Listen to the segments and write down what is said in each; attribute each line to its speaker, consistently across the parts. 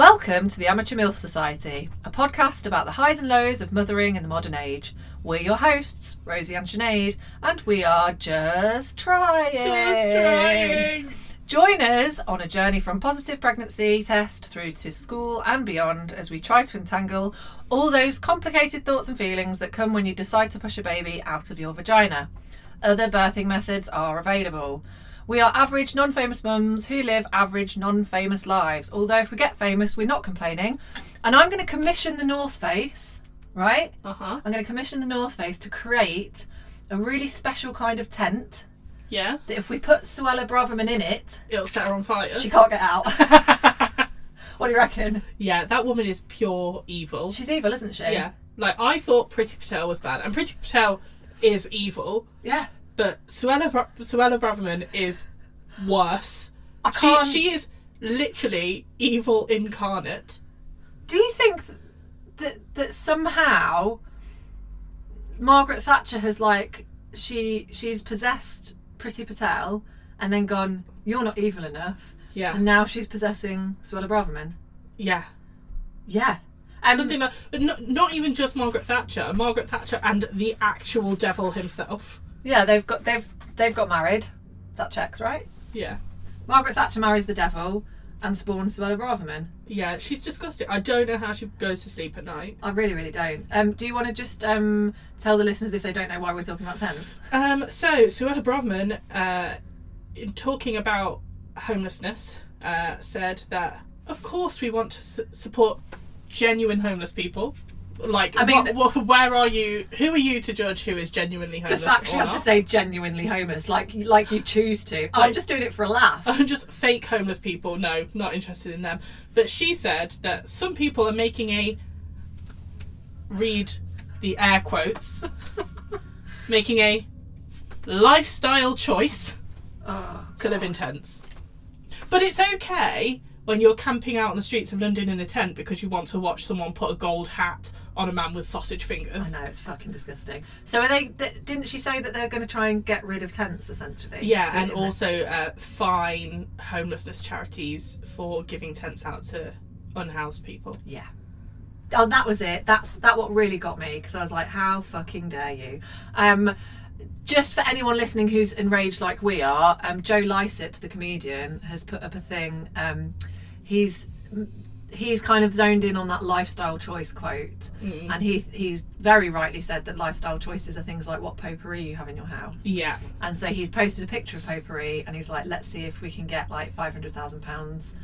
Speaker 1: Welcome to the Amateur MILF Society, a podcast about the highs and lows of mothering in the modern age. We're your hosts, Rosie and Sinead, and we are just trying. Join us on a journey from positive pregnancy test through to school and beyond as we try to entangle all those complicated thoughts and feelings that come when you decide to push a baby out of your vagina. Other birthing methods are available. We are average, non famous mums who live average, non famous lives. Although, if we get famous, we're not complaining. And I'm going to commission the North Face, right?
Speaker 2: Uh huh.
Speaker 1: I'm going to commission the North Face to create a really special kind of tent
Speaker 2: Yeah.
Speaker 1: that if we put Suella Braverman in it,
Speaker 2: It'll set her on fire.
Speaker 1: she can't get out. what do you reckon?
Speaker 2: yeah, that woman is pure evil.
Speaker 1: She's evil, isn't she?
Speaker 2: yeah. Like I thought Pretty Patel was bad, and Pretty Patel is evil,
Speaker 1: Yeah.
Speaker 2: but Suella Bra- Suella Braverman is worse.
Speaker 1: I
Speaker 2: She
Speaker 1: can't.
Speaker 2: she is literally evil incarnate.
Speaker 1: Do you think th- that that somehow Margaret Thatcher has like she she's possessed Pretty Patel and then gone? You're not evil enough,
Speaker 2: Yeah.
Speaker 1: and now she's possessing Suella Braverman.
Speaker 2: Yeah.
Speaker 1: Yeah. Um, And
Speaker 2: Something like, but not, not even just Margaret Thatcher, Margaret Thatcher and the actual devil himself.
Speaker 1: yeah, they've got they've they've got married. That checks right.
Speaker 2: Yeah.
Speaker 1: Margaret Thatcher marries the devil and spawns Suella Braverman.
Speaker 2: Yeah, she's disgusting. I don't know how she goes to sleep at night.
Speaker 1: I really, really don't. Um, do you want to just um, tell the listeners if they don't know why we're talking about tents?
Speaker 2: Um, so Suella Braverman, uh, in talking about homelessness, uh, said that of course we want to su- support genuine homeless people. Like,
Speaker 1: I
Speaker 2: I
Speaker 1: mean-
Speaker 2: mean, where are you? Who are you to judge who is genuinely
Speaker 1: The
Speaker 2: homeless?
Speaker 1: fact she
Speaker 2: or
Speaker 1: had to
Speaker 2: not?
Speaker 1: say genuinely homeless, like like you choose to. I'm just doing it for a laugh.
Speaker 2: I'm just fake homeless people. No, not interested in them. But she said that some people are making a read the air quotes, making a lifestyle choice.
Speaker 1: Oh,
Speaker 2: to live in tents. But it's okay when you're camping out on the streets of London in a tent because you want to watch someone put a gold hat on a man with sausage
Speaker 1: I
Speaker 2: fingers.
Speaker 1: know it's fucking disgusting. So are they? Th- didn't she say that they're going to try and get rid of tents essentially?
Speaker 2: Yeah,
Speaker 1: For-
Speaker 2: and also uh, fine homelessness charities for giving tents out to unhoused people.
Speaker 1: yeah. Oh, that was it. That's that what really got me because I was like, how fucking dare you? Um, just for anyone listening who's enraged like we are, um, Joe Lycett, the comedian, has put up a thing. Um, he's he's kind of zoned in on that lifestyle choice quote,
Speaker 2: Mm.
Speaker 1: and he he's very rightly said that lifestyle choices are things like what potpourri you have in your house.
Speaker 2: Yeah,
Speaker 1: And so he's posted a picture of potpourri, and he's like, let's see if we can get like five hundred thousand pounds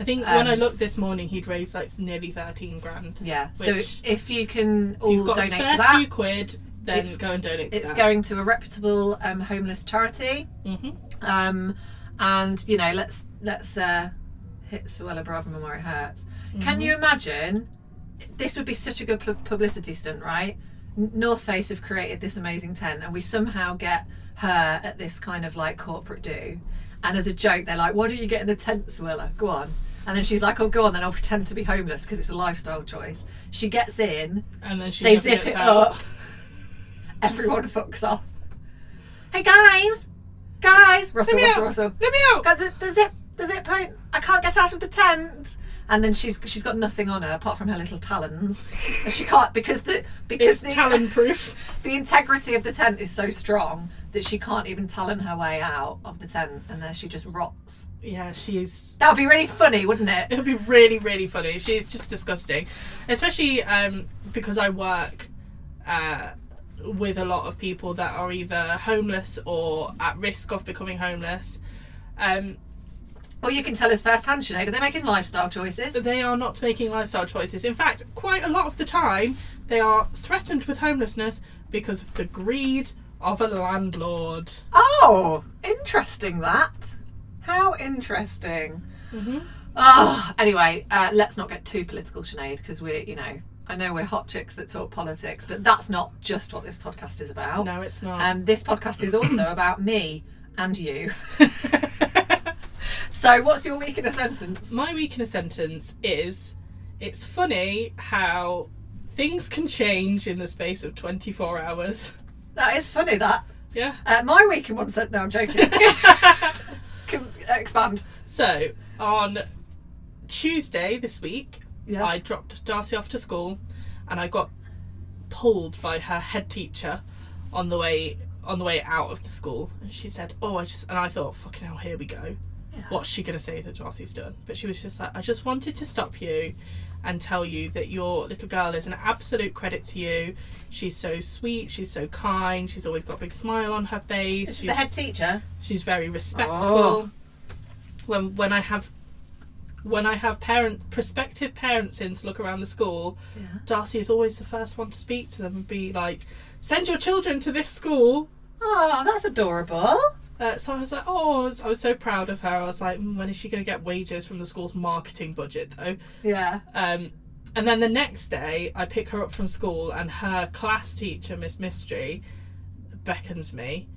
Speaker 2: I think when I
Speaker 1: Um,
Speaker 2: looked this morning, he'd raised like nearly thirteen grand.
Speaker 1: Yeah. so
Speaker 2: Which-
Speaker 1: if you can all
Speaker 2: If you've got a
Speaker 1: donate to
Speaker 2: spare
Speaker 1: that,
Speaker 2: few quid, then
Speaker 1: It's-
Speaker 2: go and donate to
Speaker 1: it's
Speaker 2: that.
Speaker 1: going to a reputable um, homeless charity.
Speaker 2: Mhm.
Speaker 1: Um, and you know, let's let's uh, hit Suella Braverman where it hurts. Can you imagine? This would be such a good pu- publicity stunt, right? N- North Face have created this amazing tent, and we somehow get her at this kind of like corporate do. And as a joke, they're like, "What do you get in the tent, Suella? Go on." And then she's like, "Oh, go on, then I'll pretend to be homeless because it's a lifestyle choice." She gets in,
Speaker 2: and then she
Speaker 1: they
Speaker 2: never
Speaker 1: zip
Speaker 2: gets
Speaker 1: it
Speaker 2: out.
Speaker 1: up. Everyone fucks off. Hey guys, guys, Russell,
Speaker 2: Let me
Speaker 1: Russell,
Speaker 2: out.
Speaker 1: Russell.
Speaker 2: Let me out.
Speaker 1: Got the, the zip, the zip point. I can't get out of the tent. And then she's she's got nothing on her apart from her little talons. And she can't because the because
Speaker 2: It's
Speaker 1: the,
Speaker 2: talon proof.
Speaker 1: the integrity of the tent is so strong that she can't even talon her way out of the tent, and there she just rots.
Speaker 2: Yeah, she's
Speaker 1: That would be really funny, wouldn't it?
Speaker 2: It would be really, really funny. She's just disgusting, especially um, because I work uh, with a lot of people that are either homeless or at risk of becoming homeless. Um,
Speaker 1: Well, you can tell us firsthand, Sinead. Are they making lifestyle choices?
Speaker 2: but they are not making lifestyle choices. In fact, quite a lot of the time, they are threatened with homelessness because of the greed of a landlord.
Speaker 1: Oh, interesting that. How interesting.
Speaker 2: Mm-hmm.
Speaker 1: Oh, anyway, uh, let's not get too political, Sinead, because we're, you know, I know we're hot chicks that talk politics, but that's not just what this podcast is about.
Speaker 2: No, it's not.
Speaker 1: Um, this podcast is also about me and you. So, what's your week in a sentence?
Speaker 2: My week in a sentence is it's funny how things can change in the space of 24 hours.
Speaker 1: That is funny, that.
Speaker 2: Yeah.
Speaker 1: Uh, my week in one sentence. No, I'm joking. Can- Expand.
Speaker 2: so, on Tuesday this week,
Speaker 1: Yes.
Speaker 2: I dropped Darcy off to school, and I got pulled by her head teacher on the way on the way out of the school. And she said, "Oh, I just," and I thought, "Fucking hell, here we go."
Speaker 1: Yeah.
Speaker 2: What's she gonna say that Darcy's done? But she was just like, "I just wanted to stop you." And tell you that your little girl is an absolute credit to you. She's so sweet. She's so kind. She's always got a big smile on her face.
Speaker 1: This is
Speaker 2: she's
Speaker 1: the head teacher.
Speaker 2: she's very respectful
Speaker 1: Oh.
Speaker 2: when when i have when i have parent prospective parents in to look around the school
Speaker 1: Yeah.
Speaker 2: darcy is always the first one to speak to them and be like send your children to this school
Speaker 1: Oh, that's adorable.
Speaker 2: uh, so i was like oh I was, I was so proud of her i was like mm, when is she going to get wages from the school's marketing budget though
Speaker 1: Yeah.
Speaker 2: um, and then the next day, I pick her up from school, and her class teacher, Miss Mystery, beckons me.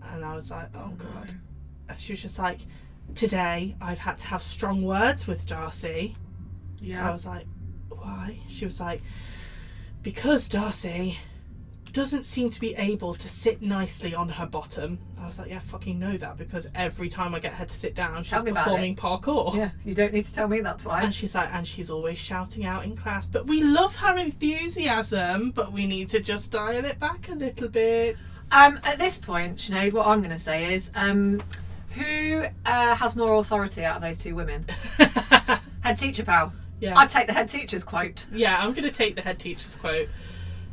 Speaker 2: And I was like, oh, God. And she was just like, today I've had to have strong words with Darcy. And I
Speaker 1: Yeah.
Speaker 2: was like, why? She was like, because Darcy doesn't seem to be able to sit nicely on her bottom. I was like, yeah, I fucking know that because every time I get her to sit down, she's
Speaker 1: Tell me about
Speaker 2: performing parkour.
Speaker 1: Yeah. You don't need to tell me that
Speaker 2: And
Speaker 1: twice.
Speaker 2: she's like, and she's always shouting out in class, but we love her enthusiasm, but we need to just dial it back a little bit.
Speaker 1: Um, at this point, Sinead, what I'm going to say is, um, who uh, has more authority out of those two women? Head teacher pal.
Speaker 2: yeah.
Speaker 1: I'd take the head teacher's quote.
Speaker 2: yeah, I'm going to take the head teacher's quote.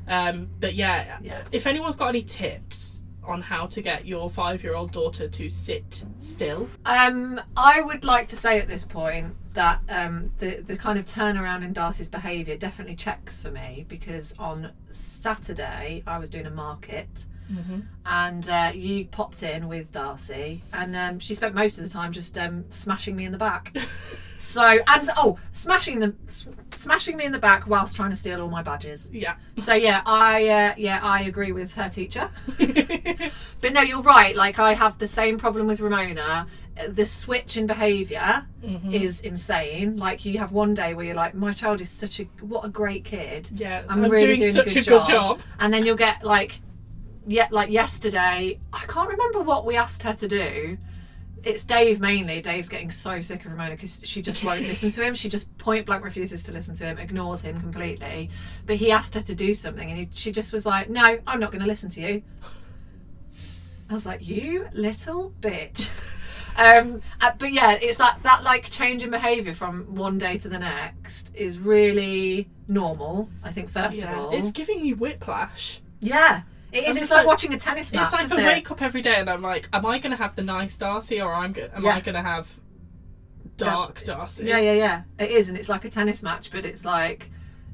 Speaker 2: Um, but yeah,
Speaker 1: Yeah.
Speaker 2: if anyone's got any tips on how to get your five year old daughter to sit still,
Speaker 1: Um, I would like to say at this point that um, the the kind of turnaround in Darcy's behaviour definitely checks for me because on Saturday I was doing a market and uh, you popped in with Darcy and um, she spent most of the time just um, smashing me in the back. so and oh, smashing the s- smashing me in the back whilst trying to steal all my badges.
Speaker 2: yeah.
Speaker 1: So yeah, I uh, yeah I agree with her teacher. But no, you're right. Like I have the same problem with Ramona. Uh, The switch in behavior is insane. Like you have one day where you're like, my child is such a what a great kid,
Speaker 2: yeah, so
Speaker 1: I'm
Speaker 2: I'm,
Speaker 1: really
Speaker 2: doing,
Speaker 1: doing a
Speaker 2: such
Speaker 1: good
Speaker 2: a good
Speaker 1: job.
Speaker 2: job.
Speaker 1: and then you'll get like, yet like yesterday, I can't remember what we asked her to do. It's Dave mainly. Dave's getting so sick of Ramona because she just won't listen to him. She just point blank refuses to listen to him, ignores him completely. But he asked her to do something, and he, she just was like, "No, I'm not going to listen to you." I was like, "You little bitch." um uh, but yeah it's that that like change in behavior from one day to the next is really normal i think first of
Speaker 2: Yeah,
Speaker 1: all
Speaker 2: it's giving me whiplash.
Speaker 1: yeah it is
Speaker 2: I'm
Speaker 1: it's
Speaker 2: just
Speaker 1: like,
Speaker 2: like-
Speaker 1: watching a tennis match
Speaker 2: It's like
Speaker 1: isn't
Speaker 2: I
Speaker 1: it?
Speaker 2: wake up every day and I'm like, am I going to have the nice Darcy or I'm go- am
Speaker 1: Yeah.
Speaker 2: I going to have dark Darcy?
Speaker 1: yeah yeah yeah it is and it's like a tennis match but it's like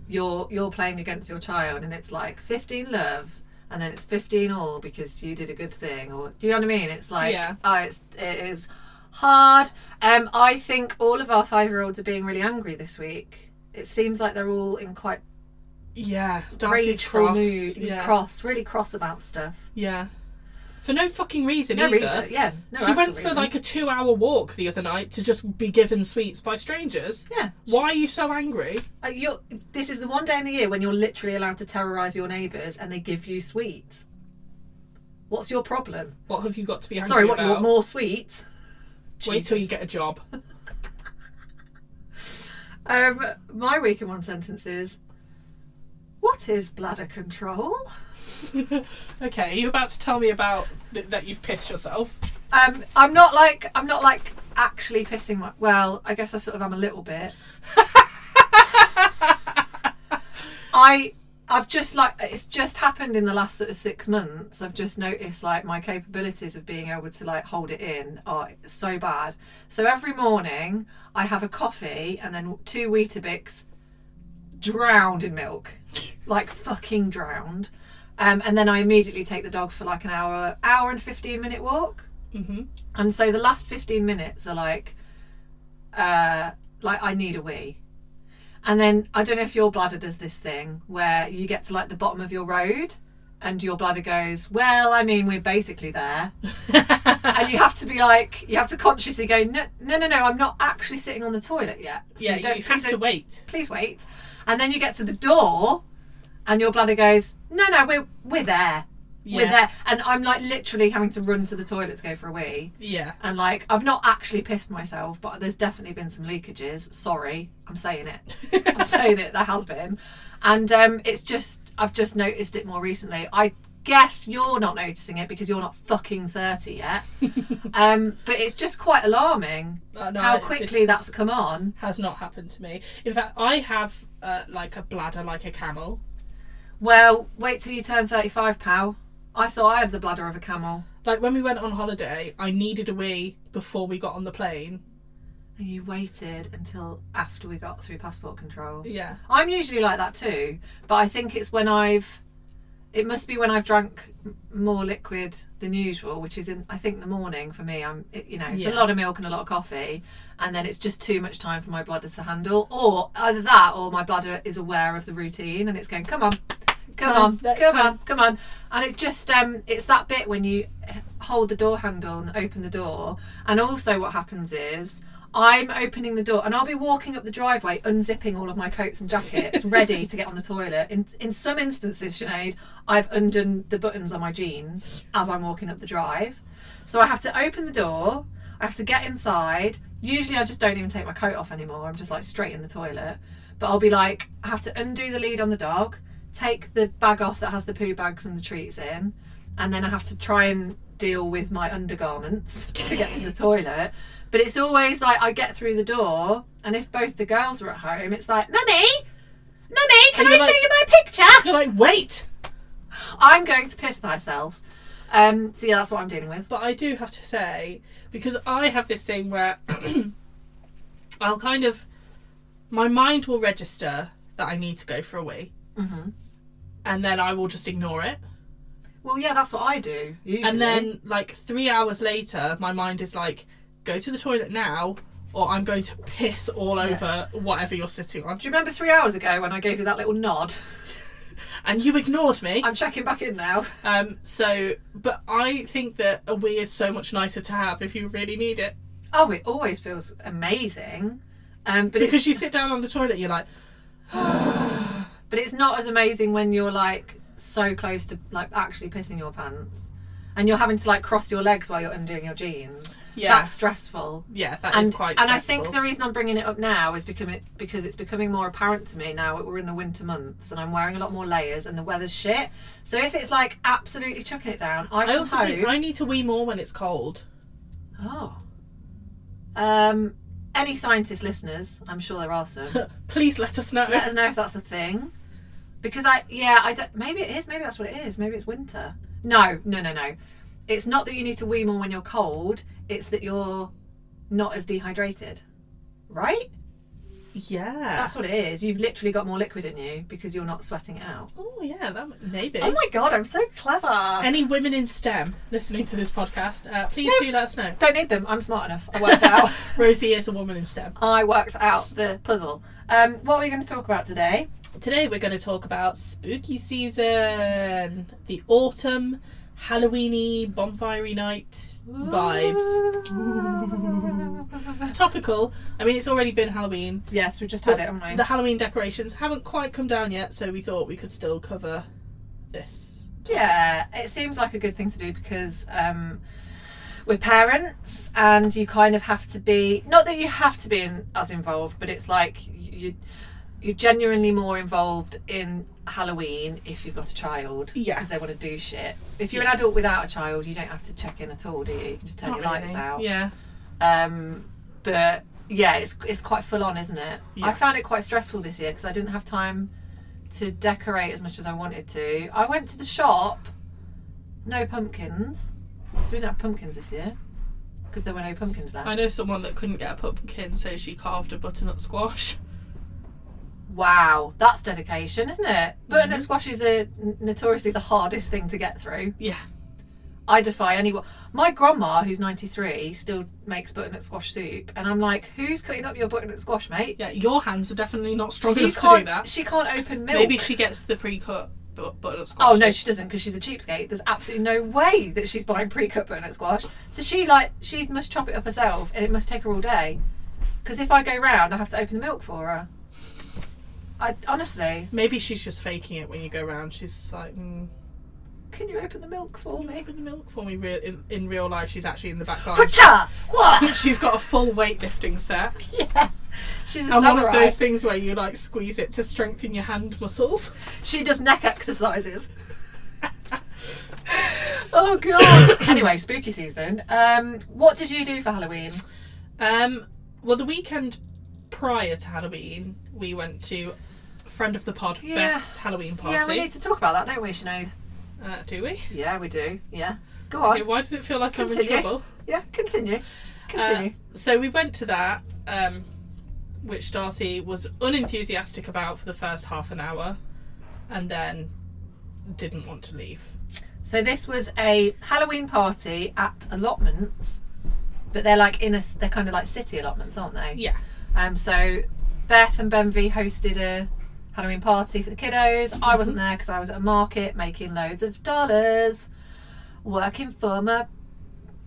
Speaker 1: you're you're playing against your child and it's like 15 love and then it's 15 all because you did a good thing or do you know what i mean it's like
Speaker 2: Yeah.
Speaker 1: oh it's it is hard um i think all of our five year olds are being really angry this week it seems like they're all in quite
Speaker 2: Yeah, Darcy's
Speaker 1: rageful
Speaker 2: cross.
Speaker 1: mood,
Speaker 2: Yeah.
Speaker 1: cross, really cross about stuff.
Speaker 2: yeah, for no fucking reason
Speaker 1: No
Speaker 2: either.
Speaker 1: reason, yeah. No
Speaker 2: she
Speaker 1: actual
Speaker 2: went for
Speaker 1: reason.
Speaker 2: like a two-hour walk the other night to just be given sweets by strangers.
Speaker 1: yeah.
Speaker 2: Why are you so angry?
Speaker 1: Uh, You're, this is the one day in the year when you're literally allowed to terrorise your neighbours and they give you sweets. What's your problem?
Speaker 2: What have you got to be angry
Speaker 1: Sorry, what you
Speaker 2: about?
Speaker 1: want more sweets?
Speaker 2: Wait till you
Speaker 1: Jesus.
Speaker 2: get a job.
Speaker 1: Um, my week in one sentence is, what is bladder control?
Speaker 2: okay, you're about to tell me about th- that you've pissed yourself.
Speaker 1: Um, I'm not like I'm not like actually pissing my. Well, I guess I sort of am a little bit. I I've just like it's just happened in the last sort of six months. I've just noticed like my capabilities of being able to like hold it in are so bad. So every morning I have a coffee and then two Weetabix drowned in milk, like fucking drowned. Um, and then I immediately take the dog for like an hour, hour and fifteen minute walk.
Speaker 2: Mm-hmm.
Speaker 1: And so the last 15 minutes are like, uh, like I need a wee. And then I don't know if your bladder does this thing where you get to like the bottom of your road and your bladder goes, well, I mean, we're basically there. and you have to be like, you have to consciously go, no, no, no, no I'm not actually sitting on the toilet yet. So
Speaker 2: yeah, you,
Speaker 1: please
Speaker 2: have to wait.
Speaker 1: please wait. And then you get to the door and your bladder goes, no, no, we're, we're there. We're there, and I'm like literally having to run to the toilet to go for a wee.
Speaker 2: Yeah.
Speaker 1: And like, I've not actually pissed myself, but there's definitely been some leakages. Sorry, I'm saying it. I'm saying it. There has been, and um, it's just I've just noticed it more recently. I guess you're not noticing it because you're not fucking thirty yet. um, but it's just quite alarming
Speaker 2: Oh, no,
Speaker 1: how
Speaker 2: it- this
Speaker 1: quickly
Speaker 2: is-
Speaker 1: that's come on.
Speaker 2: has not happened to me. In fact, I have uh, like a bladder like a camel.
Speaker 1: Well, wait till you turn thirty-five, pal. I thought I had the bladder of a camel.
Speaker 2: Like when we went on holiday, I needed a wee before we got on the plane.
Speaker 1: And you waited until after we got through passport control.
Speaker 2: Yeah.
Speaker 1: I'm usually like that too, but I think it's when I've. It must be when I've drank m- more liquid than usual, which is in I think the morning for me. I'm it, you know it's
Speaker 2: Yeah.
Speaker 1: a lot of milk and a lot of coffee, and then it's just too much time for my bladder to handle, or either that or my bladder is aware of the routine and it's going come on, come
Speaker 2: Time,
Speaker 1: on,
Speaker 2: that's
Speaker 1: come
Speaker 2: time."
Speaker 1: on, come on, and it just um it's that bit when you hold the door handle and open the door, and also what happens is I'm opening the door and I'll be walking up the driveway, unzipping all of my coats and jackets, ready to get on the toilet. In in some instances, Sinead, I've undone the buttons on my jeans as I'm walking up the drive. So I have to open the door, I have to get inside. Usually I just don't even take my coat off anymore. I'm just like straight in the toilet. But I'll be like, I have to undo the lead on the dog, take the bag off that has the poo bags and the treats in, and then I have to try and deal with my undergarments to get to the toilet. But it's always like I get through the door, and if both the girls were at home, it's like, Mummy, Mummy, can
Speaker 2: And
Speaker 1: I
Speaker 2: you're
Speaker 1: show
Speaker 2: like-
Speaker 1: you my picture?
Speaker 2: You're like, wait!
Speaker 1: I'm going to piss myself. Um, so yeah, that's what I'm dealing with.
Speaker 2: But I do have to say, because I have this thing where I'll kind of. My mind will register that I need to go for a wee,
Speaker 1: hmm
Speaker 2: and then I will just ignore it.
Speaker 1: Well, yeah, that's what I do usually.
Speaker 2: And then, like, three hours later, my mind is like, go to the toilet now, or I'm going to piss all over whatever you're sitting on.
Speaker 1: do you remember three hours ago when I gave you that little nod?
Speaker 2: And you ignored me.
Speaker 1: I'm checking back in now.
Speaker 2: Um, so, but I think that a wee is so much nicer to have if you really need it.
Speaker 1: Oh, it always feels amazing. Um, but it's
Speaker 2: Because you sit down on the toilet, you're like,
Speaker 1: But it's not as amazing when you're like so close to like actually pissing your pants and you're having to like cross your legs while you're undoing your jeans.
Speaker 2: Yeah.
Speaker 1: That's stressful.
Speaker 2: yeah, that is
Speaker 1: and
Speaker 2: quite
Speaker 1: and I
Speaker 2: stressful.
Speaker 1: think the reason I'm bringing it up now is become it, because it's becoming more apparent to me now that we're in the winter months and I'm wearing a lot more layers and the weather's shit. So if it's like absolutely chucking it down, I
Speaker 2: I
Speaker 1: can
Speaker 2: also
Speaker 1: hope.
Speaker 2: think I need to wee more when it's cold.
Speaker 1: Oh. Um, any scientist listeners, I'm sure there are some.
Speaker 2: Please let us know.
Speaker 1: let us know if that's a thing because i yeah i don't maybe it is maybe that's what it is maybe it's winter no no no no it's not that you need to wee more when you're cold it's that you're not as dehydrated right
Speaker 2: yeah.
Speaker 1: that's what it is you've literally got more liquid in you because you're not sweating it out
Speaker 2: Oh yeah, that m- maybe.
Speaker 1: oh my god i'm so clever
Speaker 2: Any women in STEM listening to this podcast, uh, please do let us know.
Speaker 1: don't need them i'm smart enough i worked out
Speaker 2: Rosie is a woman in STEM.
Speaker 1: i worked out the puzzle um, what are we going to talk about today
Speaker 2: Today we're going to talk about spooky season, the autumn, Halloweeny, bonfirey night vibes. Topical. I mean, it's already been Halloween.
Speaker 1: yes we just had it haven't we
Speaker 2: The Halloween decorations haven't quite come down yet, so we thought we could still cover this.
Speaker 1: Yeah, it seems like a good thing to do because um, we're parents and you kind of have to be, not that you have to be in, as involved, but it's like you, you're genuinely more involved in Halloween if you've got a child.
Speaker 2: Yeah.
Speaker 1: Because they want to do shit. If you're an adult without a child, you don't have to check in at all, do you? You can just turn
Speaker 2: Not
Speaker 1: your lights
Speaker 2: really.
Speaker 1: out.
Speaker 2: Yeah.
Speaker 1: Um, but yeah, it's it's quite full on, isn't it?
Speaker 2: Yeah.
Speaker 1: I found it quite stressful this year because I didn't have time to decorate as much as I wanted to. I went to the shop, no pumpkins, so we didn't have pumpkins this year because there were no pumpkins left.
Speaker 2: I know someone that couldn't get a pumpkin, so she carved a butternut squash.
Speaker 1: Wow, that's dedication, isn't it? Butternut
Speaker 2: Mhm.
Speaker 1: squash is a, notoriously the hardest thing to get through.
Speaker 2: Yeah.
Speaker 1: I defy anyone. My grandma, who's 93, still makes butternut squash soup, and I'm like, who's cutting up your butternut squash, mate?
Speaker 2: Yeah, your hands are definitely not strong
Speaker 1: You
Speaker 2: enough to do
Speaker 1: can't-
Speaker 2: that.
Speaker 1: She can't open milk.
Speaker 2: Maybe she gets the pre-cut bu- butternut squash.
Speaker 1: Oh no, she doesn't because she's a cheapskate. There's absolutely no way that she's buying pre-cut butternut squash. So she like she must chop it up herself, and it must take her all day. Because if I go round, I have to open the milk for her. I honestly,
Speaker 2: Maybe she's just faking it when you go round. She's just like, mm,
Speaker 1: could Can you open the milk for me?
Speaker 2: Open the milk for me. Real in, in real life, she's actually in the back garden.
Speaker 1: Hutcha! What?
Speaker 2: She's got a full weightlifting set.
Speaker 1: yeah. She's a
Speaker 2: And one of
Speaker 1: samurai.
Speaker 2: those things where you like squeeze it to strengthen your hand muscles.
Speaker 1: She does neck exercises. oh god. anyway, spooky season. Um, what did you do for Halloween?
Speaker 2: Um, well, the weekend prior to Halloween, we went to friend of the pod
Speaker 1: Yeah.
Speaker 2: Beth's Halloween party.
Speaker 1: Yeah, we need to talk about that, don't we, Sinead?
Speaker 2: uh, do we?
Speaker 1: Yeah, we do. Yeah. Go on.
Speaker 2: Okay, why does it feel like I'm
Speaker 1: Continue.
Speaker 2: in trouble?
Speaker 1: Yeah, continue. Continue.
Speaker 2: Uh, so we went to that, um, which Darcy was unenthusiastic about for the first half an hour, and then didn't want to leave.
Speaker 1: so this was a Halloween party at allotments, but they're like in a s- they're kind of like city allotments, aren't they?
Speaker 2: Yeah,
Speaker 1: Um, so Beth and Benvy hosted a Halloween party for the kiddos. I wasn't there because I was at a market making loads of dollars, working for my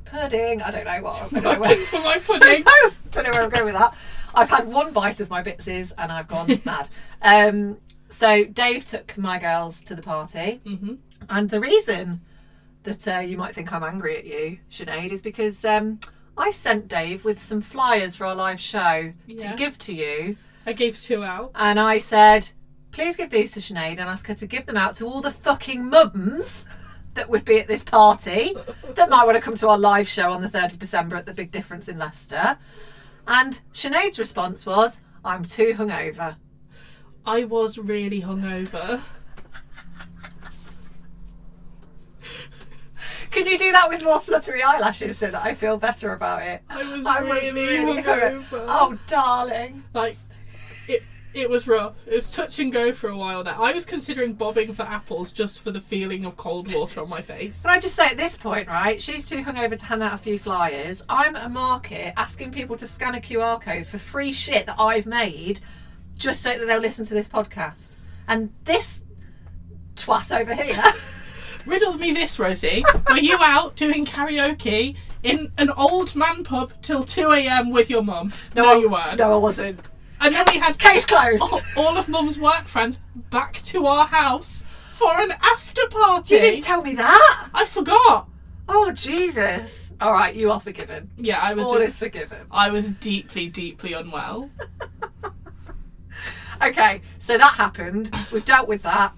Speaker 1: pudding. I don't know what. I don't know
Speaker 2: Working
Speaker 1: where,
Speaker 2: for my pudding.
Speaker 1: I don't know where I'm going with that. I've had one bite of my bitses and I've gone mad. Um, so Dave took my girls to the party,
Speaker 2: Mhm.
Speaker 1: and the reason that uh, you might think I'm angry at you, Sinead, is because um, I sent Dave with some flyers for our live show to
Speaker 2: Yeah.
Speaker 1: give to you,
Speaker 2: I gave two out.
Speaker 1: and I said, please give these to Sinead and ask her to give them out to all the fucking mums that would be at this party that might want to come to our live show on the 3rd of December at the Big Difference in Leicester. And Sinead's response was, I'm too hungover.
Speaker 2: I was really hungover.
Speaker 1: Can you do that with more fluttery eyelashes so that I feel better about it?
Speaker 2: I was
Speaker 1: I
Speaker 2: really,
Speaker 1: was really
Speaker 2: hungover.
Speaker 1: hungover. Oh, darling.
Speaker 2: Like, it it was rough. It was touch and go for a while there. I was considering bobbing for apples just for the feeling of cold water on my face.
Speaker 1: Can I just say at this point, right? She's too hungover to hand out a few flyers. I'm at a market asking people to scan a QR code for free shit that I've made just so that they'll listen to this podcast. And this twat over here.
Speaker 2: Riddle me this, Rosie. Were you out doing karaoke in an old man pub till 2 a.m. with your mum?
Speaker 1: I-
Speaker 2: you weren't. Oh,
Speaker 1: No, I wasn't.
Speaker 2: And then we had
Speaker 1: Case closed.
Speaker 2: all, all of mum's work friends back to our house for an after party.
Speaker 1: You didn't tell me that.
Speaker 2: I forgot.
Speaker 1: Oh, Jesus. All right, you are forgiven.
Speaker 2: Yeah, I was.
Speaker 1: All is forgiven.
Speaker 2: I was deeply, deeply unwell.
Speaker 1: Okay, so that happened. We've dealt with that.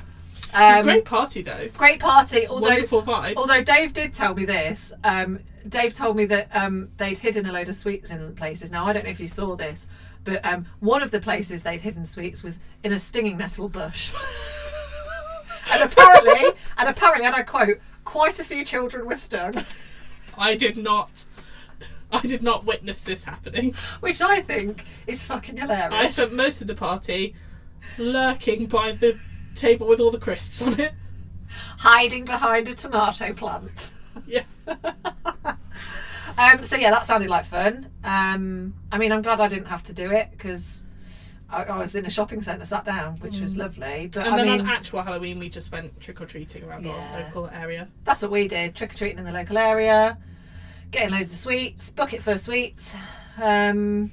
Speaker 1: Um,
Speaker 2: It was a great party though.
Speaker 1: great party, although
Speaker 2: Wonderful vibes.
Speaker 1: Although Dave did tell me this, um, Dave told me that um, they'd hidden a load of sweets in places. Now I don't know if you saw this, but um, one of the places they'd hidden sweets was in a stinging nettle bush, and apparently, and apparently, and I quote, quite a few children were stung,
Speaker 2: I did not. I did not witness this happening.
Speaker 1: which I think is fucking
Speaker 2: I
Speaker 1: hilarious.
Speaker 2: spent most of the party lurking by the table with all the crisps on it.
Speaker 1: Hiding behind a tomato plant.
Speaker 2: Yeah.
Speaker 1: Um, so yeah, that sounded like fun. Um, I mean, I'm glad I didn't have to do it because I, I was in a shopping centre, sat down, which was lovely. But
Speaker 2: Mm. And
Speaker 1: I
Speaker 2: then
Speaker 1: mean,
Speaker 2: on actual Halloween, we just went trick or treating around
Speaker 1: Yeah.
Speaker 2: our local area.
Speaker 1: that's what we did: trick or treating in the local area, getting loads of sweets, bucket full of sweets. Um,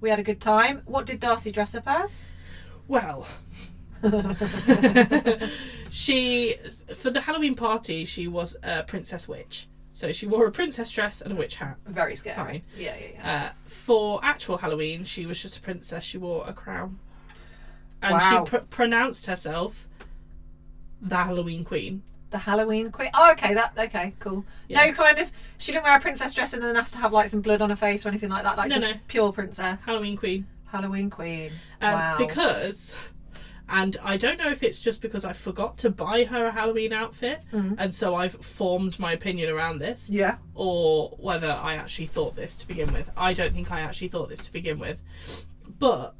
Speaker 1: we had a good time. What did Darcy dress up as?
Speaker 2: Well, she for the Halloween party, she was a princess witch. So she wore a princess dress and a witch hat.
Speaker 1: Very scary.
Speaker 2: Fine.
Speaker 1: Yeah, yeah, yeah.
Speaker 2: Uh, for actual Halloween, she was just a princess. She wore a crown, and
Speaker 1: Wow.
Speaker 2: she pr- pronounced herself the Halloween Queen.
Speaker 1: The Halloween queen. Oh, okay, that okay, cool.
Speaker 2: Yeah.
Speaker 1: No kind of. She didn't wear a princess dress and then has to have like some blood on her face or anything like that. Like
Speaker 2: No,
Speaker 1: just
Speaker 2: no.
Speaker 1: pure princess.
Speaker 2: Halloween Queen,
Speaker 1: Halloween queen.
Speaker 2: um,
Speaker 1: wow.
Speaker 2: because. And I don't know if it's just because I forgot to buy her a Halloween outfit,
Speaker 1: Mm-hmm.
Speaker 2: and so I've formed my opinion around this.
Speaker 1: yeah.
Speaker 2: or whether I actually thought this to begin with. I don't think I actually thought this to begin with. But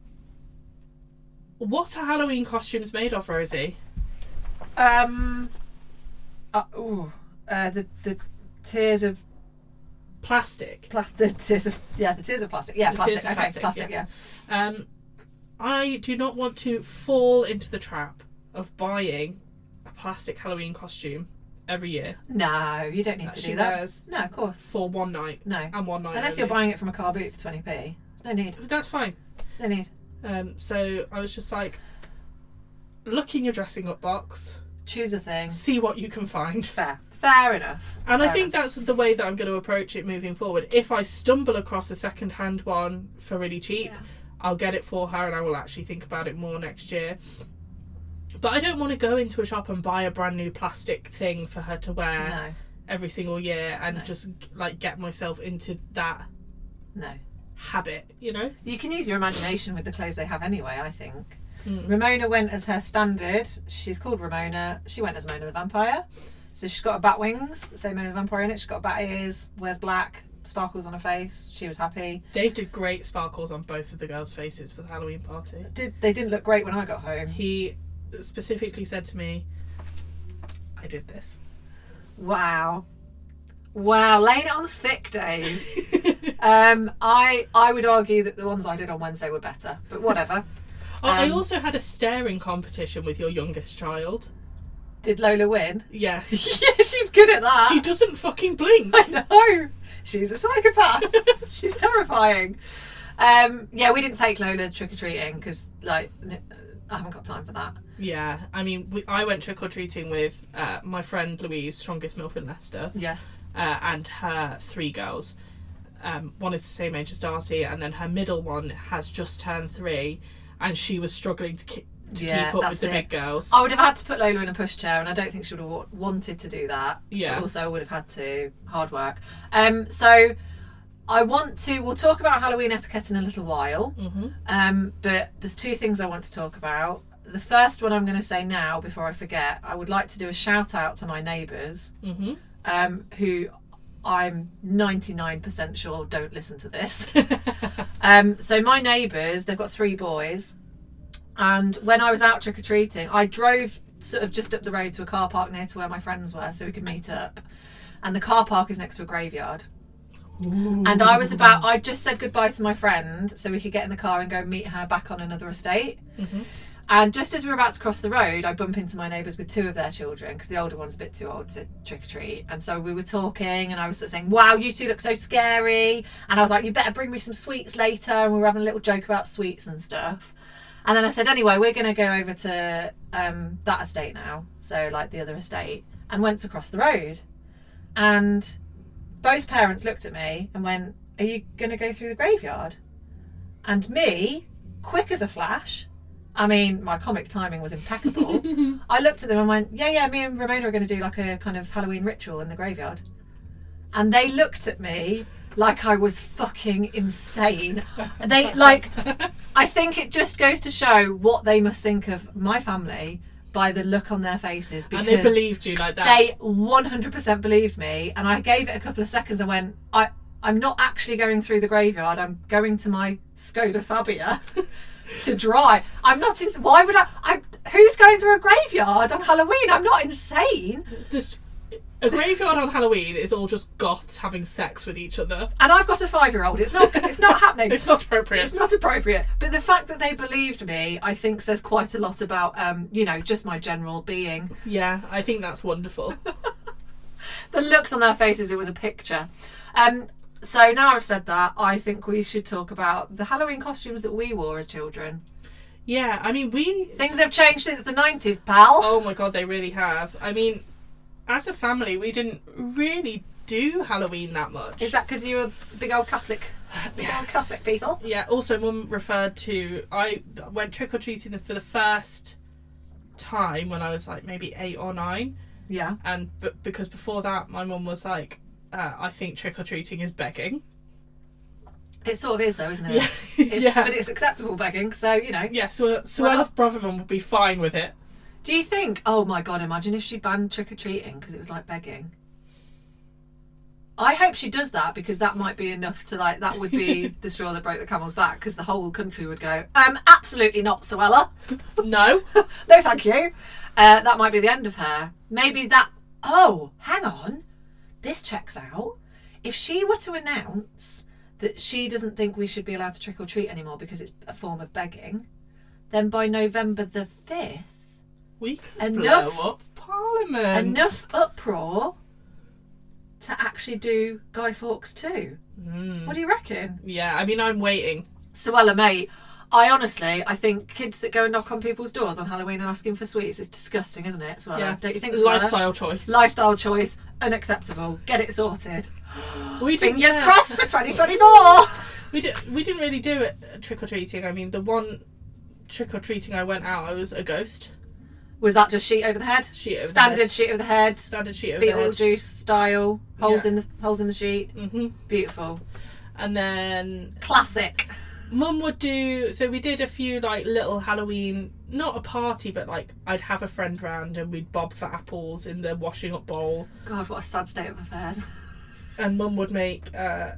Speaker 2: what are Halloween costumes made of, Rosie?
Speaker 1: Um. Uh, ooh, uh, the the tears of
Speaker 2: Plastic.
Speaker 1: plastic. Tears of yeah. The tears of plastic. Yeah.
Speaker 2: The
Speaker 1: Plastic.
Speaker 2: tears of
Speaker 1: okay. Plastic.
Speaker 2: plastic,
Speaker 1: yeah.
Speaker 2: yeah. Um, I do not want to fall into the trap of buying a plastic Halloween costume every year
Speaker 1: No, you don't need
Speaker 2: that
Speaker 1: to
Speaker 2: she
Speaker 1: do that.
Speaker 2: wears
Speaker 1: No, of course.
Speaker 2: for one night
Speaker 1: No.
Speaker 2: and one night.
Speaker 1: Unless you're
Speaker 2: only.
Speaker 1: buying it from a car boot for twenty p. No need.
Speaker 2: That's fine.
Speaker 1: No need.
Speaker 2: Um, so I was just like, looking your dressing up box,
Speaker 1: Choose a thing.
Speaker 2: see what you can find.
Speaker 1: Fair. Fair enough.
Speaker 2: And I
Speaker 1: Fair
Speaker 2: think that's the way that I'm going to approach it moving forward. If I stumble across a second hand one for really cheap,
Speaker 1: Yeah.
Speaker 2: I'll get it for her and I will actually think about it more next year. But I don't want to go into a shop and buy a brand new plastic thing for her to wear
Speaker 1: No.
Speaker 2: every single year and
Speaker 1: No.
Speaker 2: just like get myself into that
Speaker 1: No.
Speaker 2: habit, you know?
Speaker 1: You can use your imagination with the clothes they have anyway, I think.
Speaker 2: Hmm.
Speaker 1: Ramona went as her standard. She's called Ramona. She went as Mona the Vampire. So she's got bat wings, so Mona the Vampire in it. She's got bat ears, wears black, sparkles on her face. She was happy.
Speaker 2: Dave did great sparkles on both of the girls' faces for the Halloween party.
Speaker 1: Did They didn't look great when I got home.
Speaker 2: He specifically said to me, I did this.
Speaker 1: Wow. Wow, laying it on thick, Dave. Um, I I would argue that the ones I did on Wednesday were better, but whatever.
Speaker 2: Oh, I
Speaker 1: Um,
Speaker 2: also had a staring competition with your youngest child.
Speaker 1: Did Lola win?
Speaker 2: Yes.
Speaker 1: yeah, she's good at that.
Speaker 2: she doesn't fucking blink.
Speaker 1: I know. She's a psychopath. She's terrifying. Um, yeah, we didn't take Lola trick or treating because like n- I haven't got time for that.
Speaker 2: Yeah, I mean, we, I went trick or treating with uh, my friend Louise, strongest MILF in Leicester,
Speaker 1: Yes.
Speaker 2: uh, and her three girls. Um, one is the same age as Darcy, and then her middle one has just turned three, and she was struggling to, ki- to
Speaker 1: Yeah,
Speaker 2: keep up
Speaker 1: that's
Speaker 2: with the
Speaker 1: it. Oh,
Speaker 2: big girls.
Speaker 1: I would have had to put Lola in a pushchair, and I don't think she would have wa- wanted to do that.
Speaker 2: Yeah.
Speaker 1: But also, I would have had to hard work. Um, so I want to. We'll talk about Halloween etiquette in a little while.
Speaker 2: Mhm.
Speaker 1: Um, but there's two things I want to talk about. The first one I'm going to say now before I forget. I would like to do a shout out to my neighbours um, who I'm 99% sure don't listen to this.
Speaker 2: Mm-hmm.
Speaker 1: Um, so my neighbours, they've got three boys, and when I was out trick or treating, I drove sort of just up the road to a car park near to where my friends were, so we could meet up. And the car park is next to a graveyard. And I was about, I just said goodbye to my friend so we could get in the car and go meet her back on another estate.
Speaker 2: Mhm.
Speaker 1: And just as we were about to cross the road, I bump into my neighbours with two of their children because the older one's a bit too old to trick or treat. And so we were talking, and I was sort of saying, Wow, you two look so scary. And I was like, You better bring me some sweets later. And we were having a little joke about sweets and stuff. And then I said, Anyway, we're going to go over to um, that estate now. So, like the other estate, and went to cross the road. And both parents looked at me and went, Are you going to go through the graveyard? And me, quick as a flash, I mean, my comic timing was impeccable. I looked at them and went, Yeah, yeah, me and Ramona are going to do like a kind of Halloween ritual in the graveyard. And they looked at me like I was fucking insane. They, like, I think it just goes to show what they must think of my family by the look on their faces. Because
Speaker 2: and they believed you like that.
Speaker 1: they 100% believed me and i gave it a couple of seconds and went i i'm not actually going through the graveyard i'm going to my skoda fabia to dry i'm not ins- why would i i who's going through a graveyard on halloween i'm not insane
Speaker 2: This, a graveyard on Halloween is all just goths having sex with each other.
Speaker 1: and i've got a five year old it's not it's not happening
Speaker 2: It's not appropriate.
Speaker 1: it's not appropriate but the fact that they believed me i think says quite a lot about um you know just my general being
Speaker 2: Yeah, I think that's wonderful.
Speaker 1: the looks on their faces it was a picture um so now i've said that i think we should talk about the halloween costumes that we wore as children
Speaker 2: yeah, I mean, we.
Speaker 1: things have changed since the 90s pal
Speaker 2: Oh my god, they really have. I mean, as a family, we didn't really do Halloween that much.
Speaker 1: is that because you're a big old catholic big old catholic people
Speaker 2: Yeah, also, Mum referred to. I went trick or treating for the first time when I was like maybe eight or nine.
Speaker 1: yeah
Speaker 2: And but because before that, my mum was like, uh, I think trick or treating is begging.
Speaker 1: it sort of is though isn't it
Speaker 2: Yeah.
Speaker 1: It's,
Speaker 2: yeah.
Speaker 1: but it's acceptable begging so you know
Speaker 2: yeah, so, so
Speaker 1: Well-
Speaker 2: Elf Brotherman would be fine with it.
Speaker 1: do you think oh my god imagine if she banned trick-or-treating because it was like begging I hope she does that because that might be enough to like that would be the straw that broke the camel's back because the whole country would go um absolutely not Suella
Speaker 2: No.
Speaker 1: no, thank you. Uh, that might be the end of her. Maybe that. Oh, hang on. This checks out. If she were to announce that she doesn't think we should be allowed to trick or treat anymore because it's a form of begging, then by November the 5th,
Speaker 2: we could
Speaker 1: Enough.
Speaker 2: blow up Parliament.
Speaker 1: enough uproar to actually do Guy Fawkes too.
Speaker 2: Mm.
Speaker 1: What do you reckon?
Speaker 2: Yeah, I mean, I'm waiting.
Speaker 1: Suella, mate, I honestly, I think kids that go and knock on people's doors on Halloween and asking for sweets is disgusting, isn't it? Swella?
Speaker 2: Yeah.
Speaker 1: Don't you think? Swella?
Speaker 2: Uh, Lifestyle choice.
Speaker 1: Lifestyle choice, unacceptable. Get it sorted.
Speaker 2: we didn't,
Speaker 1: Fingers
Speaker 2: yeah.
Speaker 1: crossed for 2024.
Speaker 2: We, did, we didn't really do it trick or treating. I mean, the one trick or treating I went out, I was a ghost.
Speaker 1: Was that just sheet over the head?
Speaker 2: Sheet over
Speaker 1: Standard
Speaker 2: the head.
Speaker 1: sheet over the head.
Speaker 2: standard sheet over the head.
Speaker 1: Beetlejuice style. Holes
Speaker 2: Yeah.
Speaker 1: in the holes in the sheet.
Speaker 2: hmm
Speaker 1: Beautiful.
Speaker 2: And then
Speaker 1: Classic.
Speaker 2: mum would do so we did a few like little halloween not a party but like i'd have a friend round and we'd bob for apples in the washing up bowl
Speaker 1: God, what a sad state of affairs.
Speaker 2: and mum would make uh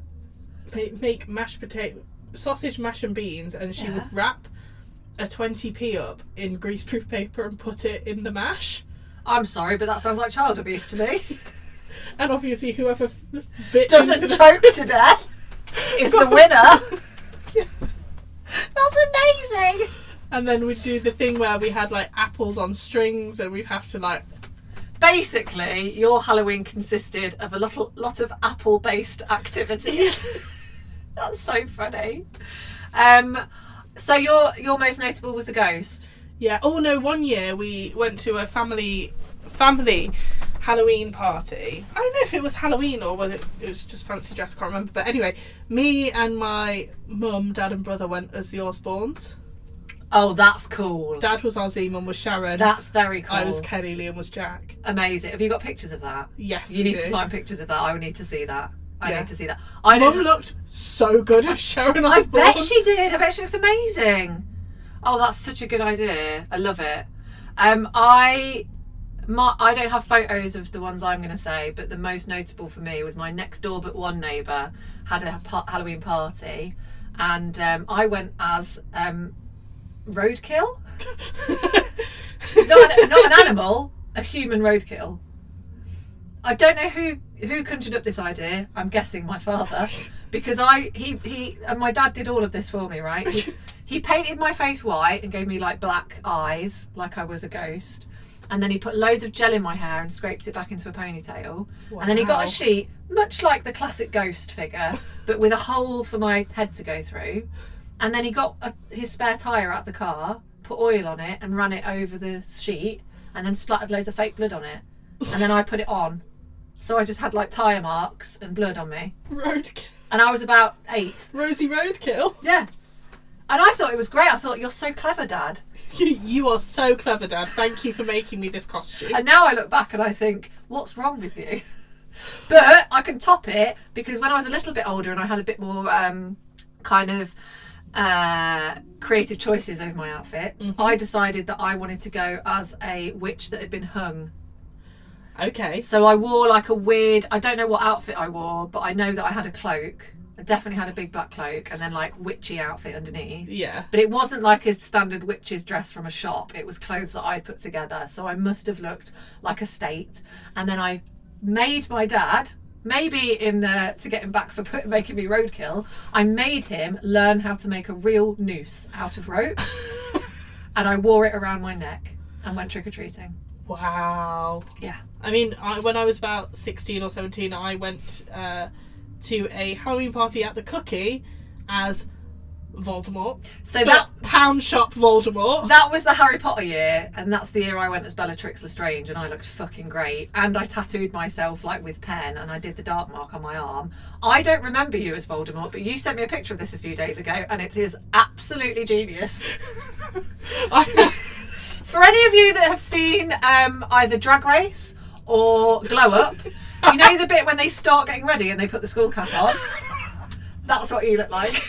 Speaker 2: make, make mashed potato sausage mash and beans and she
Speaker 1: Yeah.
Speaker 2: would wrap a 20p up in greaseproof paper and put it in the mash
Speaker 1: I'm sorry, but that sounds like child abuse to me.
Speaker 2: and obviously whoever f- bit into
Speaker 1: Doesn't
Speaker 2: the-
Speaker 1: choke to death. Is the winner. That's amazing.
Speaker 2: and then we'd do the thing where we had like apples on strings and we'd have to like
Speaker 1: Basically, your Halloween consisted of a lot, lot of apple-based activities. That's so funny. Um, so your your most notable was the ghost.
Speaker 2: Yeah. Oh no. One year we went to a family family Halloween party. I don't know if it was Halloween or was it? It was just fancy dress. I can't remember. But anyway, me and my mum, dad, and brother went as the Osbournes.
Speaker 1: Oh, that's cool.
Speaker 2: Dad was Ozzy, mum was Sharon.
Speaker 1: That's very cool.
Speaker 2: I was Kenny, Liam was Jack.
Speaker 1: Amazing. Have you got pictures of that?
Speaker 2: Yes,
Speaker 1: You
Speaker 2: we
Speaker 1: need
Speaker 2: do.
Speaker 1: to find pictures of that. I need to see that. I
Speaker 2: Yeah.
Speaker 1: need to see that. I
Speaker 2: Mum
Speaker 1: don't.
Speaker 2: looked so good as Sharon
Speaker 1: I
Speaker 2: Osbourne.
Speaker 1: bet she did. I bet she looked amazing. Oh, that's such a good idea. I love it. Um, I, my, I don't have photos of the ones I'm going to say, but the most notable for me was my next door but one neighbour had a pa- Halloween party, and um, I went as um, roadkill. not, an, not an animal, a human roadkill. I don't know who who conjured up this idea. I'm guessing my father, because I he he and my dad did all of this for me, right? He, he painted my face white and gave me like black eyes, like I was a ghost. And then he put loads of gel in my hair and scraped it back into a ponytail. And then he got
Speaker 2: Wow.
Speaker 1: a sheet, much like the classic ghost figure, but with a hole for my head to go through. And then he got a, his spare tyre out the car, put oil on it, and ran it over the sheet, and then splattered loads of fake blood on it. And then I put it on. So I just had like tyre marks and blood on me.
Speaker 2: Roadkill.
Speaker 1: And I was about eight.
Speaker 2: Rosie Roadkill.
Speaker 1: Yeah. And I thought it was great. I thought, you're so clever, Dad.
Speaker 2: You, you are so clever, Dad. Thank you for making me this costume.
Speaker 1: And now I look back and I think, what's wrong with you? But I can top it because when I was a little bit older and I had a bit more um, kind of uh, creative choices over my outfits, I decided that I wanted to go as a witch that had been hung.
Speaker 2: Okay.
Speaker 1: So I wore like a weird, I don't know what outfit I wore, but I know that I had a cloak. I definitely had a big black cloak and then like witchy outfit underneath.
Speaker 2: Yeah.
Speaker 1: But it wasn't like a standard witch's dress from a shop. It was clothes that I put together. So I must have looked like a state. And then I made my dad, maybe in uh, to get him back for put, making me roadkill, I made him learn how to make a real noose out of rope. and I wore it around my neck and went trick or treating.
Speaker 2: Wow.
Speaker 1: Yeah.
Speaker 2: I mean, I, when I was about 16 or 17, I went uh, to a Halloween party at the Cookie as Voldemort.
Speaker 1: So
Speaker 2: But
Speaker 1: that.
Speaker 2: pound shop Voldemort.
Speaker 1: That was the Harry Potter year, and that's the year I went as Bellatrix Lestrange, and I looked fucking great. And I tattooed myself like with pen, and I did the dark mark on my arm. I don't remember you as Voldemort, but you sent me a picture of this a few days ago, and it is absolutely genius.
Speaker 2: I,
Speaker 1: For any of you that have seen um, either Drag Race or Glow Up, you know the bit when they start getting ready and they put the school cap on. That's what you look like.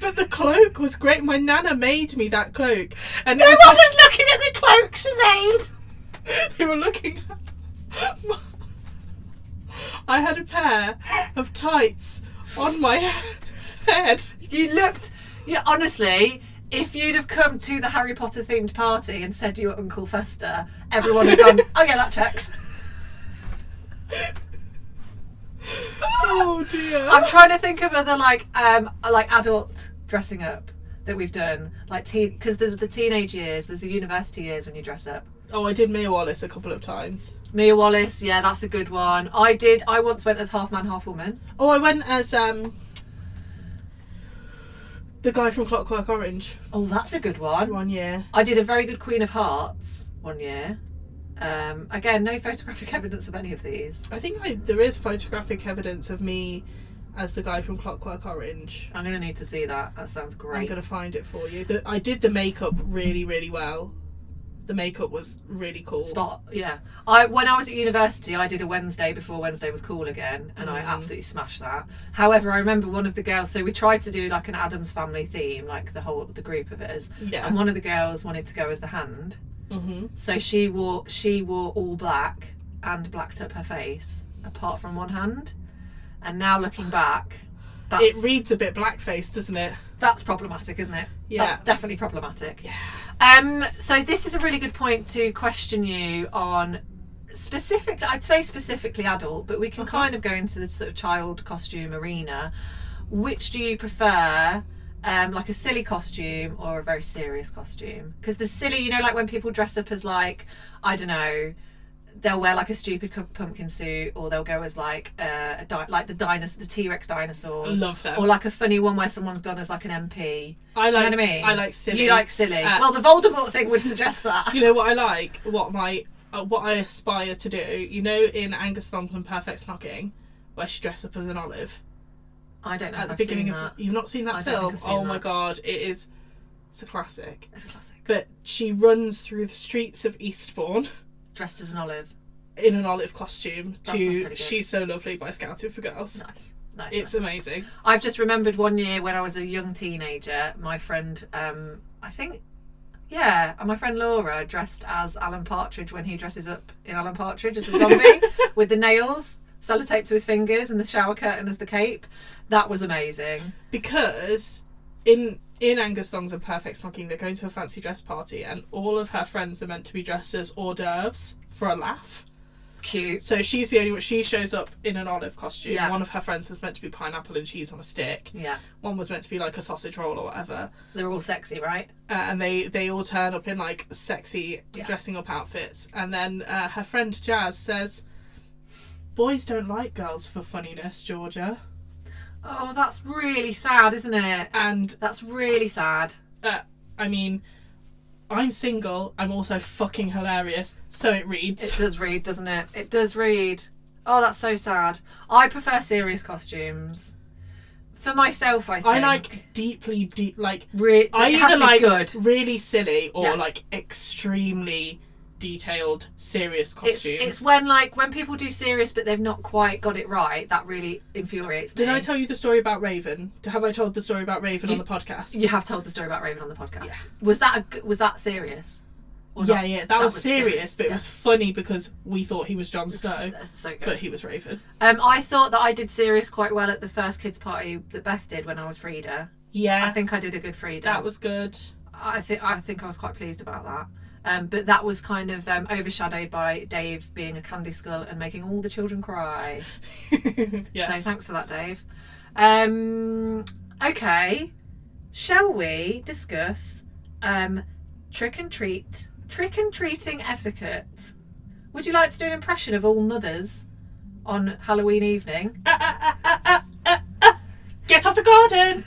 Speaker 2: but the cloak was great. My nana made me that cloak. And it
Speaker 1: No
Speaker 2: was
Speaker 1: one
Speaker 2: like,
Speaker 1: was looking at the cloak she made.
Speaker 2: they were looking at I had a pair of tights on my head.
Speaker 1: You looked. You honestly, if you'd have come to the Harry Potter themed party and said you were Uncle Fester, everyone would have gone, "Oh yeah, that checks."
Speaker 2: Oh dear.
Speaker 1: I'm trying to think of other like um like adult dressing up that we've done, like teen, because there's the teenage years, there's the university years when you dress up.
Speaker 2: Oh, I did Mia Wallace a couple of times.
Speaker 1: Mia Wallace, yeah, that's a good one. I did. I once went as half man, half woman.
Speaker 2: Oh, I went as um. The guy from Clockwork Orange.
Speaker 1: Oh, that's a good one.
Speaker 2: One year.
Speaker 1: I did a very good Queen of Hearts one year. Um, again, no photographic evidence of any of these.
Speaker 2: I think I, there is photographic evidence of me as the guy from Clockwork Orange.
Speaker 1: I'm going to need to see that. That sounds
Speaker 2: I'm
Speaker 1: great.
Speaker 2: gonna find it for you. The, I did the makeup really, really well. The makeup was really cool.
Speaker 1: Spot, yeah. I when I was at university, I did a Wednesday before Wednesday was cool again, and
Speaker 2: Mm.
Speaker 1: I absolutely smashed that. However, I remember one of the girls. So we tried to do like an Adams family theme, like the whole the group of us.
Speaker 2: Yeah.
Speaker 1: And one of the girls wanted to go as the hand,
Speaker 2: Mm-hmm.
Speaker 1: so she wore she wore all black and blacked up her face, apart from one hand. And now looking back, that's
Speaker 2: It reads a bit blackface, doesn't it?
Speaker 1: that's problematic, isn't it?
Speaker 2: Yeah.
Speaker 1: That's definitely problematic. Yeah. Um, so this is a really good point to question you on specifically I'd say specifically adult, but we can kind of go into the sort of child costume arena. Which do you prefer? Um, like a silly costume or a very serious costume because the silly you know like when people dress up as like i don't know they'll wear like a stupid cu- pumpkin suit or they'll go as like uh, a di- like the dinosaur the t-rex
Speaker 2: I
Speaker 1: dinosaurs
Speaker 2: love them.
Speaker 1: or like a funny one where someone's gone as like an MP.
Speaker 2: I
Speaker 1: You
Speaker 2: like.
Speaker 1: know what I mean?
Speaker 2: I like silly.
Speaker 1: You like silly.
Speaker 2: Uh,
Speaker 1: well, the Voldemort thing would suggest that.
Speaker 2: You know what I like? What my uh, what I aspire to do? You know, in Angus Thornton Perfect Snogging, where she dressed up as an olive
Speaker 1: I don't know.
Speaker 2: at
Speaker 1: if
Speaker 2: the
Speaker 1: I've
Speaker 2: beginning
Speaker 1: seen
Speaker 2: of.
Speaker 1: that.
Speaker 2: You've not seen that
Speaker 1: I don't
Speaker 2: film?
Speaker 1: think I've
Speaker 2: oh
Speaker 1: seen
Speaker 2: my
Speaker 1: that.
Speaker 2: god! It is. It's a classic.
Speaker 1: It's a classic.
Speaker 2: But she runs through the streets of Eastbourne.
Speaker 1: Dressed as an olive.
Speaker 2: in an olive costume
Speaker 1: That sounds pretty
Speaker 2: to
Speaker 1: good.
Speaker 2: She's So Lovely by Scouting for Girls.
Speaker 1: Nice. Nice.
Speaker 2: It's amazing.
Speaker 1: I've just remembered one year when I was a young teenager, my friend, um, I think, yeah, and my friend Laura dressed as Alan Partridge when he dresses up in Alan Partridge as a zombie with the nails sellotape to his fingers and the shower curtain as the cape. That was amazing.
Speaker 2: Because in in Angus Songs and Perfect Smoking, they're going to a fancy dress party and all of her friends are meant to be dressed as hors d'oeuvres for a laugh.
Speaker 1: Cute.
Speaker 2: So she's the only one she shows up in an olive costume.
Speaker 1: Yeah.
Speaker 2: One of her friends was meant to be pineapple and cheese on a stick.
Speaker 1: Yeah.
Speaker 2: One was meant to be like a sausage roll or whatever.
Speaker 1: They're all sexy, right?
Speaker 2: uh, and they they all turn up in like sexy
Speaker 1: Yeah.
Speaker 2: dressing up outfits and then uh, her friend jazz says boys don't like girls for funniness georgia
Speaker 1: Oh, that's really sad, isn't it?
Speaker 2: and
Speaker 1: That's really sad.
Speaker 2: uh, i mean i'm single i'm also fucking hilarious so it reads
Speaker 1: It does read, doesn't it? It does read. Oh, that's so sad. I prefer serious costumes. For myself, I think.
Speaker 2: i like deeply deep like
Speaker 1: Re-
Speaker 2: i
Speaker 1: it has to
Speaker 2: either
Speaker 1: be
Speaker 2: like
Speaker 1: good.
Speaker 2: really silly or
Speaker 1: Yeah.
Speaker 2: like extremely detailed serious
Speaker 1: It's,
Speaker 2: costumes
Speaker 1: it's when like when people do serious but they've not quite got it right that really infuriates me.
Speaker 2: did I tell you the story about Raven? Have I told the story about Raven
Speaker 1: You-
Speaker 2: on the podcast?
Speaker 1: you have told the story about Raven on the podcast. Was that a, g- was that serious? Or
Speaker 2: yeah,
Speaker 1: not?
Speaker 2: yeah, that,
Speaker 1: That
Speaker 2: was,
Speaker 1: was
Speaker 2: serious,
Speaker 1: serious,
Speaker 2: but
Speaker 1: yeah.
Speaker 2: it was funny because we thought he was Jon Snow,
Speaker 1: So good.
Speaker 2: but he was Raven.
Speaker 1: Um, I thought that I did serious quite well at the first kids party that Beth did when I was Frida.
Speaker 2: Yeah,
Speaker 1: I think I did a good Frida.
Speaker 2: that was good.
Speaker 1: I think I think I was quite pleased about that. Um, but that was kind of um, overshadowed by Dave being a candy skull and making all the children cry. So
Speaker 2: yes.
Speaker 1: thanks for that, Dave. Um, okay, shall we discuss um, trick and treat, trick and treating etiquette? Would you like to do an impression of all mothers on Halloween evening?
Speaker 2: Ah, ah, ah, ah, ah, ah. Get off the garden,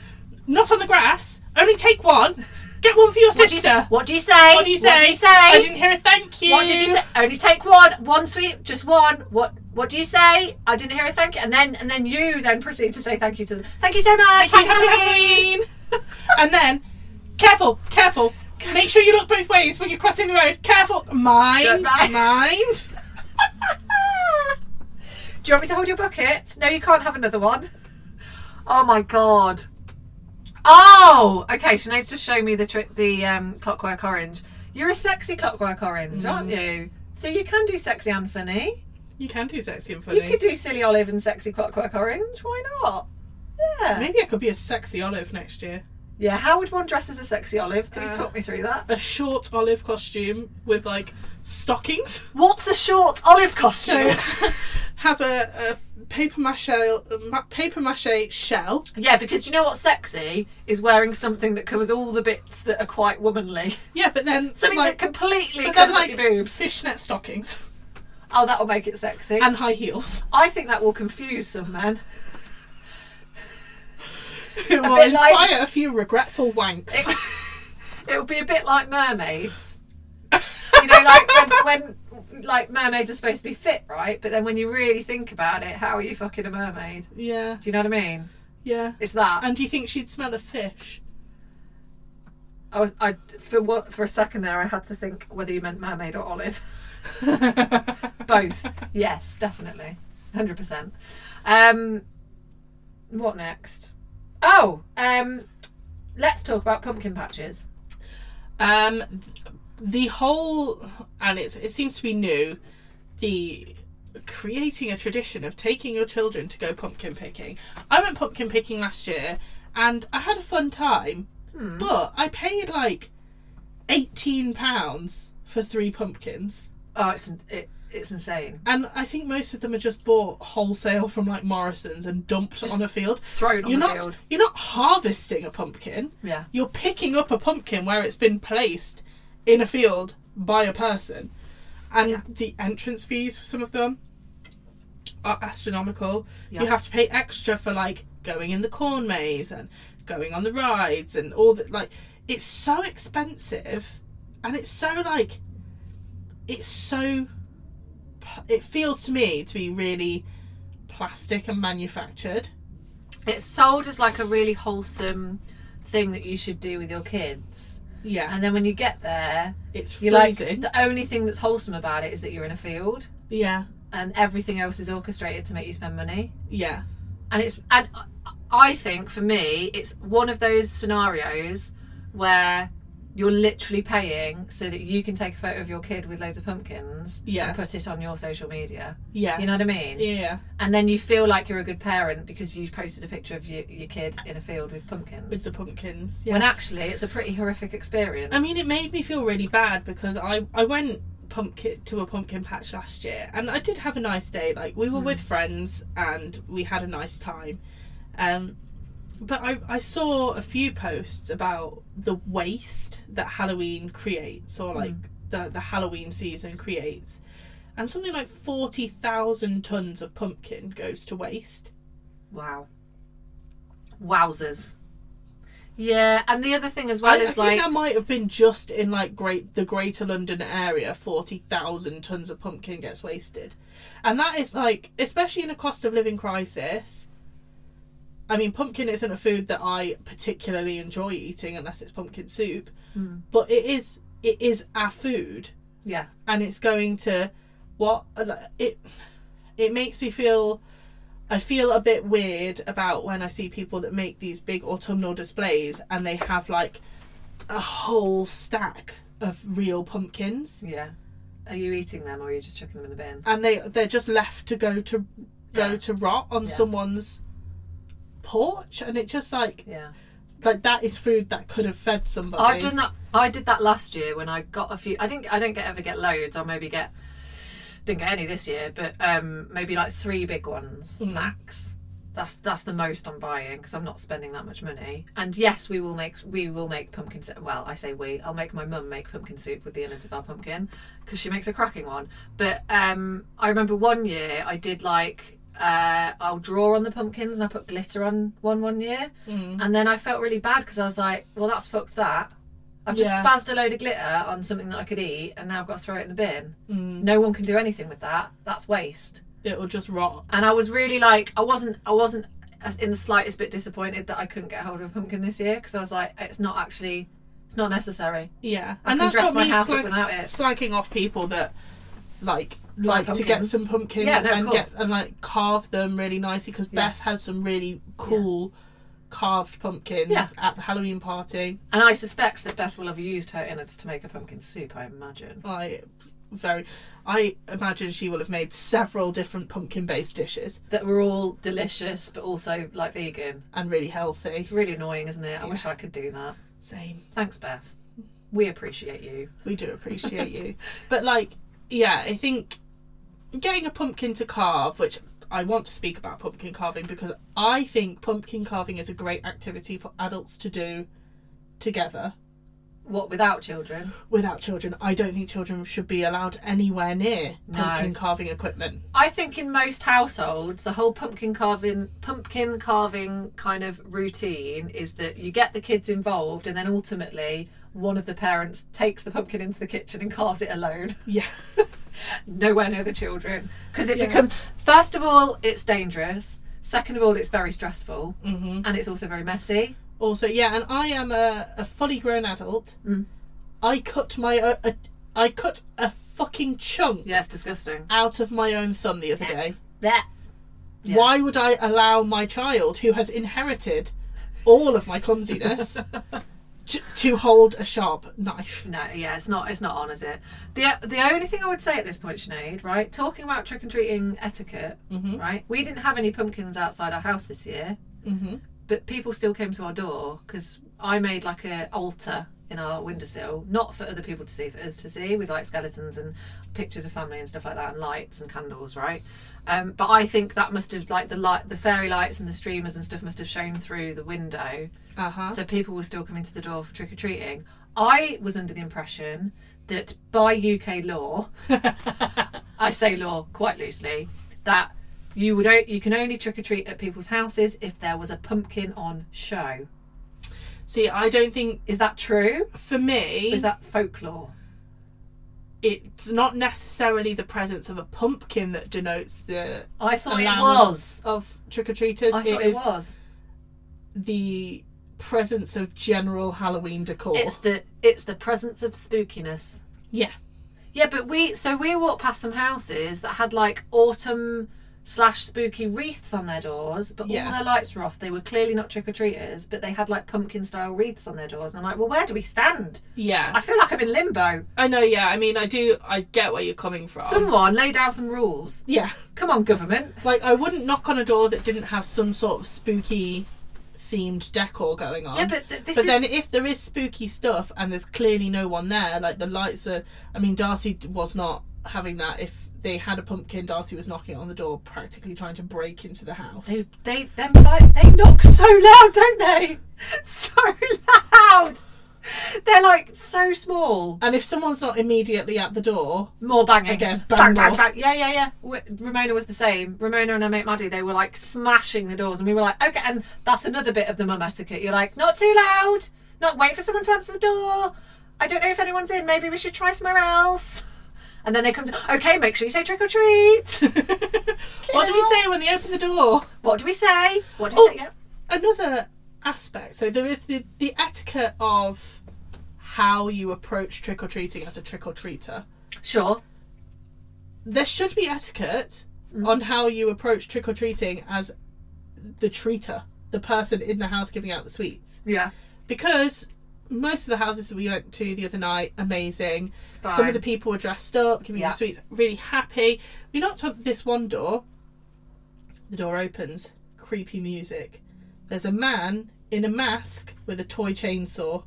Speaker 2: not on the grass. Only take one. Get one for your
Speaker 1: What do you,
Speaker 2: sister.
Speaker 1: what do you say?
Speaker 2: What do you say?
Speaker 1: What do you say?
Speaker 2: I didn't hear a thank you.
Speaker 1: What did you say? Only take one. One sweet, just one. What What do you say? I didn't hear a thank you. And then and then you then proceed to say thank you to them. Thank you so much.
Speaker 2: Happy
Speaker 1: Happy Halloween.
Speaker 2: Halloween. and then, careful, careful. Make sure you look both ways when you're crossing the road. Careful, mind,
Speaker 1: Don't mind.
Speaker 2: mind.
Speaker 1: do you want me to hold your bucket? No, you can't have another one. Oh my god. Oh, okay. Sinead's just showing me the trick, the um, clockwork orange. You're a sexy clockwork orange, aren't you? So you can do sexy and funny.
Speaker 2: You can do sexy and funny.
Speaker 1: You could do silly olive and sexy clockwork orange. Why not? Yeah.
Speaker 2: Maybe I could be a sexy olive next year.
Speaker 1: Yeah, how would one dress as a sexy olive? Please
Speaker 2: Uh.
Speaker 1: talk me through that.
Speaker 2: A short olive costume with like stockings.
Speaker 1: What's a short olive
Speaker 2: So
Speaker 1: costume?
Speaker 2: have a, a paper mache a ma- paper mache shell.
Speaker 1: yeah, because you know what's sexy is wearing something that covers all the bits that are quite womanly.
Speaker 2: Yeah, but then
Speaker 1: Something
Speaker 2: like
Speaker 1: that completely
Speaker 2: but then
Speaker 1: covers
Speaker 2: like
Speaker 1: up your boobs.
Speaker 2: fishnet stockings
Speaker 1: Oh, that will make it sexy.
Speaker 2: and high heels.
Speaker 1: I think that will confuse some men.
Speaker 2: It will
Speaker 1: bit like-
Speaker 2: inspire a few regretful wanks.
Speaker 1: It- It would be a bit like mermaids. you know, like when, when like mermaids are supposed to be fit, right? But then when you really think about it, how are you fucking a mermaid?
Speaker 2: yeah,
Speaker 1: Do you know what I mean?
Speaker 2: yeah.
Speaker 1: It's that.
Speaker 2: And do you think she'd smell a fish?
Speaker 1: I, was, I for what for a second there, I had to think whether you meant mermaid or olive. Both. yes, definitely, hundred percent. Um, what next? Oh, um, let's talk about pumpkin patches.
Speaker 2: Um, th- the whole, and it's, it seems to be new, the creating a tradition of taking your children to go pumpkin picking. I went pumpkin picking last year and I had a fun time,
Speaker 1: Hmm.
Speaker 2: but I paid like £18 for three pumpkins.
Speaker 1: Oh, it's it, it's insane.
Speaker 2: And I think most of them are just bought wholesale from like Morrison's and dumped
Speaker 1: Just
Speaker 2: on a field.
Speaker 1: Thrown on
Speaker 2: You're
Speaker 1: the
Speaker 2: not
Speaker 1: field.
Speaker 2: you're not harvesting a pumpkin.
Speaker 1: Yeah.
Speaker 2: You're picking up a pumpkin where it's been placed in a field by a person. And
Speaker 1: Yeah.
Speaker 2: the entrance fees for some of them are astronomical.
Speaker 1: Yeah.
Speaker 2: You have to pay extra for like going in the corn maze and going on the rides and all that like it's so expensive and it's so like it's so pl- it feels to me to be really plastic and manufactured.
Speaker 1: It's sold as like a really wholesome thing that you should do with your kids,
Speaker 2: Yeah.
Speaker 1: and then when you get there,
Speaker 2: it's
Speaker 1: you're
Speaker 2: freezing.
Speaker 1: like the only thing that's wholesome about it is that you're in a field,
Speaker 2: yeah.
Speaker 1: and everything else is orchestrated to make you spend money.
Speaker 2: Yeah.
Speaker 1: and it's and I think for me it's one of those scenarios where you're literally paying so that you can take a photo of your kid with loads of pumpkins
Speaker 2: Yeah.
Speaker 1: and put it on your social media.
Speaker 2: Yeah.
Speaker 1: You know what I mean?
Speaker 2: yeah.
Speaker 1: And then you feel like you're a good parent because you posted a picture of your, your kid in a field with pumpkins.
Speaker 2: With the pumpkins. Yeah.
Speaker 1: When actually it's a pretty horrific experience.
Speaker 2: I mean, it made me feel really bad because I I went pumpkin to a pumpkin patch last year, and I did have a nice day. Like we were with friends, and we had a nice time. Um, but I I saw a few posts about the waste that Halloween creates, or like the the Halloween season creates, and something like forty thousand tons of pumpkin goes to waste.
Speaker 1: wow. Wowzers. Yeah, and the other thing as well
Speaker 2: I, I
Speaker 1: is
Speaker 2: think
Speaker 1: like
Speaker 2: that might have been just in like great the Greater London area. Forty thousand tons of pumpkin gets wasted, and that is like especially in a cost of living crisis. I mean, pumpkin isn't a food that I particularly enjoy eating unless it's pumpkin soup,
Speaker 1: Mm.
Speaker 2: but it is it is our food,
Speaker 1: yeah,
Speaker 2: and it's going to what it it makes me feel I feel a bit weird about when I see people that make these big autumnal displays and they have like a whole stack of real pumpkins
Speaker 1: yeah. Are you eating them or are you just chucking them in the bin?
Speaker 2: and they they're just left to go to go
Speaker 1: Yeah.
Speaker 2: to rot on
Speaker 1: Yeah.
Speaker 2: someone's porch and it just like
Speaker 1: Yeah.
Speaker 2: like that is food that could have fed somebody
Speaker 1: I've done that. I did that last year when I got a few. I didn't. I don't get ever get loads. I maybe get didn't get any this year, but um, maybe like three big ones
Speaker 2: Mm.
Speaker 1: max. That's that's the most I'm buying because I'm not spending that much money. And yes, we will make we will make pumpkin soup. Well, I say we. I'll make my mum make pumpkin soup with the innards of our pumpkin because she makes a cracking one. But um, I remember one year I did like uh, I'll draw on the pumpkins and I put glitter on one one year.
Speaker 2: Mm.
Speaker 1: And then I felt really bad because I was like, well, that's fucked that. I've just
Speaker 2: Yeah.
Speaker 1: spazzed a load of glitter on something that I could eat and now I've got to throw it in the bin.
Speaker 2: Mm.
Speaker 1: No one can do anything with that. That's waste.
Speaker 2: it'll just rot
Speaker 1: And I was really like, I wasn't, I wasn't in the slightest bit disappointed that I couldn't get hold of a pumpkin this year because I was like, it's not actually, it's not necessary.
Speaker 2: yeah
Speaker 1: I can
Speaker 2: and that's
Speaker 1: dress
Speaker 2: what
Speaker 1: my
Speaker 2: me
Speaker 1: house up
Speaker 2: slack-
Speaker 1: without it.
Speaker 2: slagging off people that like like to get
Speaker 1: pumpkins.
Speaker 2: some pumpkins
Speaker 1: Yeah, no, of
Speaker 2: and
Speaker 1: course.
Speaker 2: get and like carve them really nicely because
Speaker 1: Yeah.
Speaker 2: Beth had some really cool carved pumpkins
Speaker 1: Yeah.
Speaker 2: at the Halloween party.
Speaker 1: And I suspect that Beth will have used her innards to make a pumpkin soup, I imagine.
Speaker 2: I very I imagine she will have made several different pumpkin based dishes
Speaker 1: That were all delicious but also like vegan.
Speaker 2: and really healthy.
Speaker 1: It's really annoying, isn't it? I wish I could do that.
Speaker 2: Same.
Speaker 1: Thanks, Beth. We appreciate you.
Speaker 2: We do appreciate you. But like, yeah, I think getting a pumpkin to carve, which I want to speak about pumpkin carving because I think pumpkin carving is a great activity for adults to do together.
Speaker 1: What without children?
Speaker 2: without children. I don't think children should be allowed anywhere near
Speaker 1: No.
Speaker 2: pumpkin carving equipment.
Speaker 1: I think in most households, the whole pumpkin carving, pumpkin carving kind of routine is that you get the kids involved, and then ultimately one of the parents takes the pumpkin into the kitchen and carves it alone.
Speaker 2: Yeah.
Speaker 1: Nowhere near the children, because it
Speaker 2: Yeah.
Speaker 1: become first of all, it's dangerous. Second of all, it's very stressful,
Speaker 2: hmm
Speaker 1: and it's also very messy.
Speaker 2: Also, yeah, and I am a, a fully grown adult.
Speaker 1: Mm.
Speaker 2: I cut my uh, a, I cut a fucking chunk
Speaker 1: Yeah, it's disgusting.
Speaker 2: out of my own thumb the other day.
Speaker 1: That Yeah.
Speaker 2: Why would I allow my child, who has inherited all of my clumsiness, to, to hold a sharp knife?
Speaker 1: No, yeah, it's not. It's not on, is it? the The only thing I would say at this point, Sinead, right? Talking about trick and treating etiquette,
Speaker 2: Mhm.
Speaker 1: right? We didn't have any pumpkins outside our house this year,
Speaker 2: Mm-hmm.
Speaker 1: but people still came to our door because I made like a altar in our windowsill, not for other people to see, for us to see, with like skeletons and pictures of family and stuff like that, and lights and candles, right? Um, but I think that must have like the light, the fairy lights and the streamers and stuff must have shown through the window.
Speaker 2: Uh huh.
Speaker 1: So people were still coming to the door for trick or treating. I was under the impression that by UK law, I say law quite loosely, that you would o- you can only trick or treat at people's houses if there was a pumpkin on show.
Speaker 2: See, I don't think
Speaker 1: Is that true?
Speaker 2: for me
Speaker 1: Or is that folklore?
Speaker 2: it's not necessarily the presence of a pumpkin that denotes the
Speaker 1: I thought it
Speaker 2: allowance
Speaker 1: was.
Speaker 2: of trick or treaters.
Speaker 1: I thought it, was.
Speaker 2: the presence of general Halloween decor.
Speaker 1: It's the it's the presence of spookiness.
Speaker 2: yeah,
Speaker 1: Yeah, but we so we walked past some houses that had like autumn slash spooky wreaths on their doors, but
Speaker 2: Yeah.
Speaker 1: all their lights were off. They were clearly not trick or treaters, but they had like pumpkin style wreaths on their doors. And I'm like, well, where do we stand?
Speaker 2: yeah.
Speaker 1: I feel like I'm in limbo.
Speaker 2: I know. Yeah, I mean, I do. I get where you're coming from.
Speaker 1: Someone lay down some rules.
Speaker 2: yeah,
Speaker 1: Come on, government.
Speaker 2: like I wouldn't knock on a door that didn't have some sort of spooky themed decor going on.
Speaker 1: Yeah, but th- this
Speaker 2: But
Speaker 1: is
Speaker 2: then, if there is spooky stuff and there's clearly no one there, like the lights are. I mean, Darcy d- was not having that. If they had a pumpkin, Darcy was knocking on the door, practically trying to break into the house.
Speaker 1: they they them like they knock so loud, don't they? So loud. They're like so small.
Speaker 2: And if someone's not immediately at the door,
Speaker 1: More banging.
Speaker 2: Again,
Speaker 1: bang,
Speaker 2: bang
Speaker 1: bang,
Speaker 2: more.
Speaker 1: bang. Yeah, yeah, yeah. W- Ramona was the same. Ramona and her mate Maddie, they were like smashing the doors, and we were like, okay. And that's another bit of the mum etiquette. You're like, not too loud. Not wait for someone to answer the door. I don't know if anyone's in. Maybe we should try somewhere else. And then they come to, okay, make sure you say trick or treat.
Speaker 2: what do we
Speaker 1: out.
Speaker 2: say when they open the door?
Speaker 1: what do we say? What do we
Speaker 2: Oh.
Speaker 1: say? Yeah.
Speaker 2: Another aspect. So there is the the etiquette of how you approach trick or treating as a trick or treater.
Speaker 1: Sure.
Speaker 2: There should be etiquette
Speaker 1: Mm.
Speaker 2: on how you approach trick or treating as the treater, the person in the house giving out the sweets,
Speaker 1: Yeah.
Speaker 2: because. Most of the houses we went to the other night, amazing. Some
Speaker 1: Fine.
Speaker 2: of the people were dressed up, giving
Speaker 1: Yeah.
Speaker 2: the sweets, really happy. We knocked on this one door. The door opens. Creepy music. There's a man in a mask with a toy chainsaw.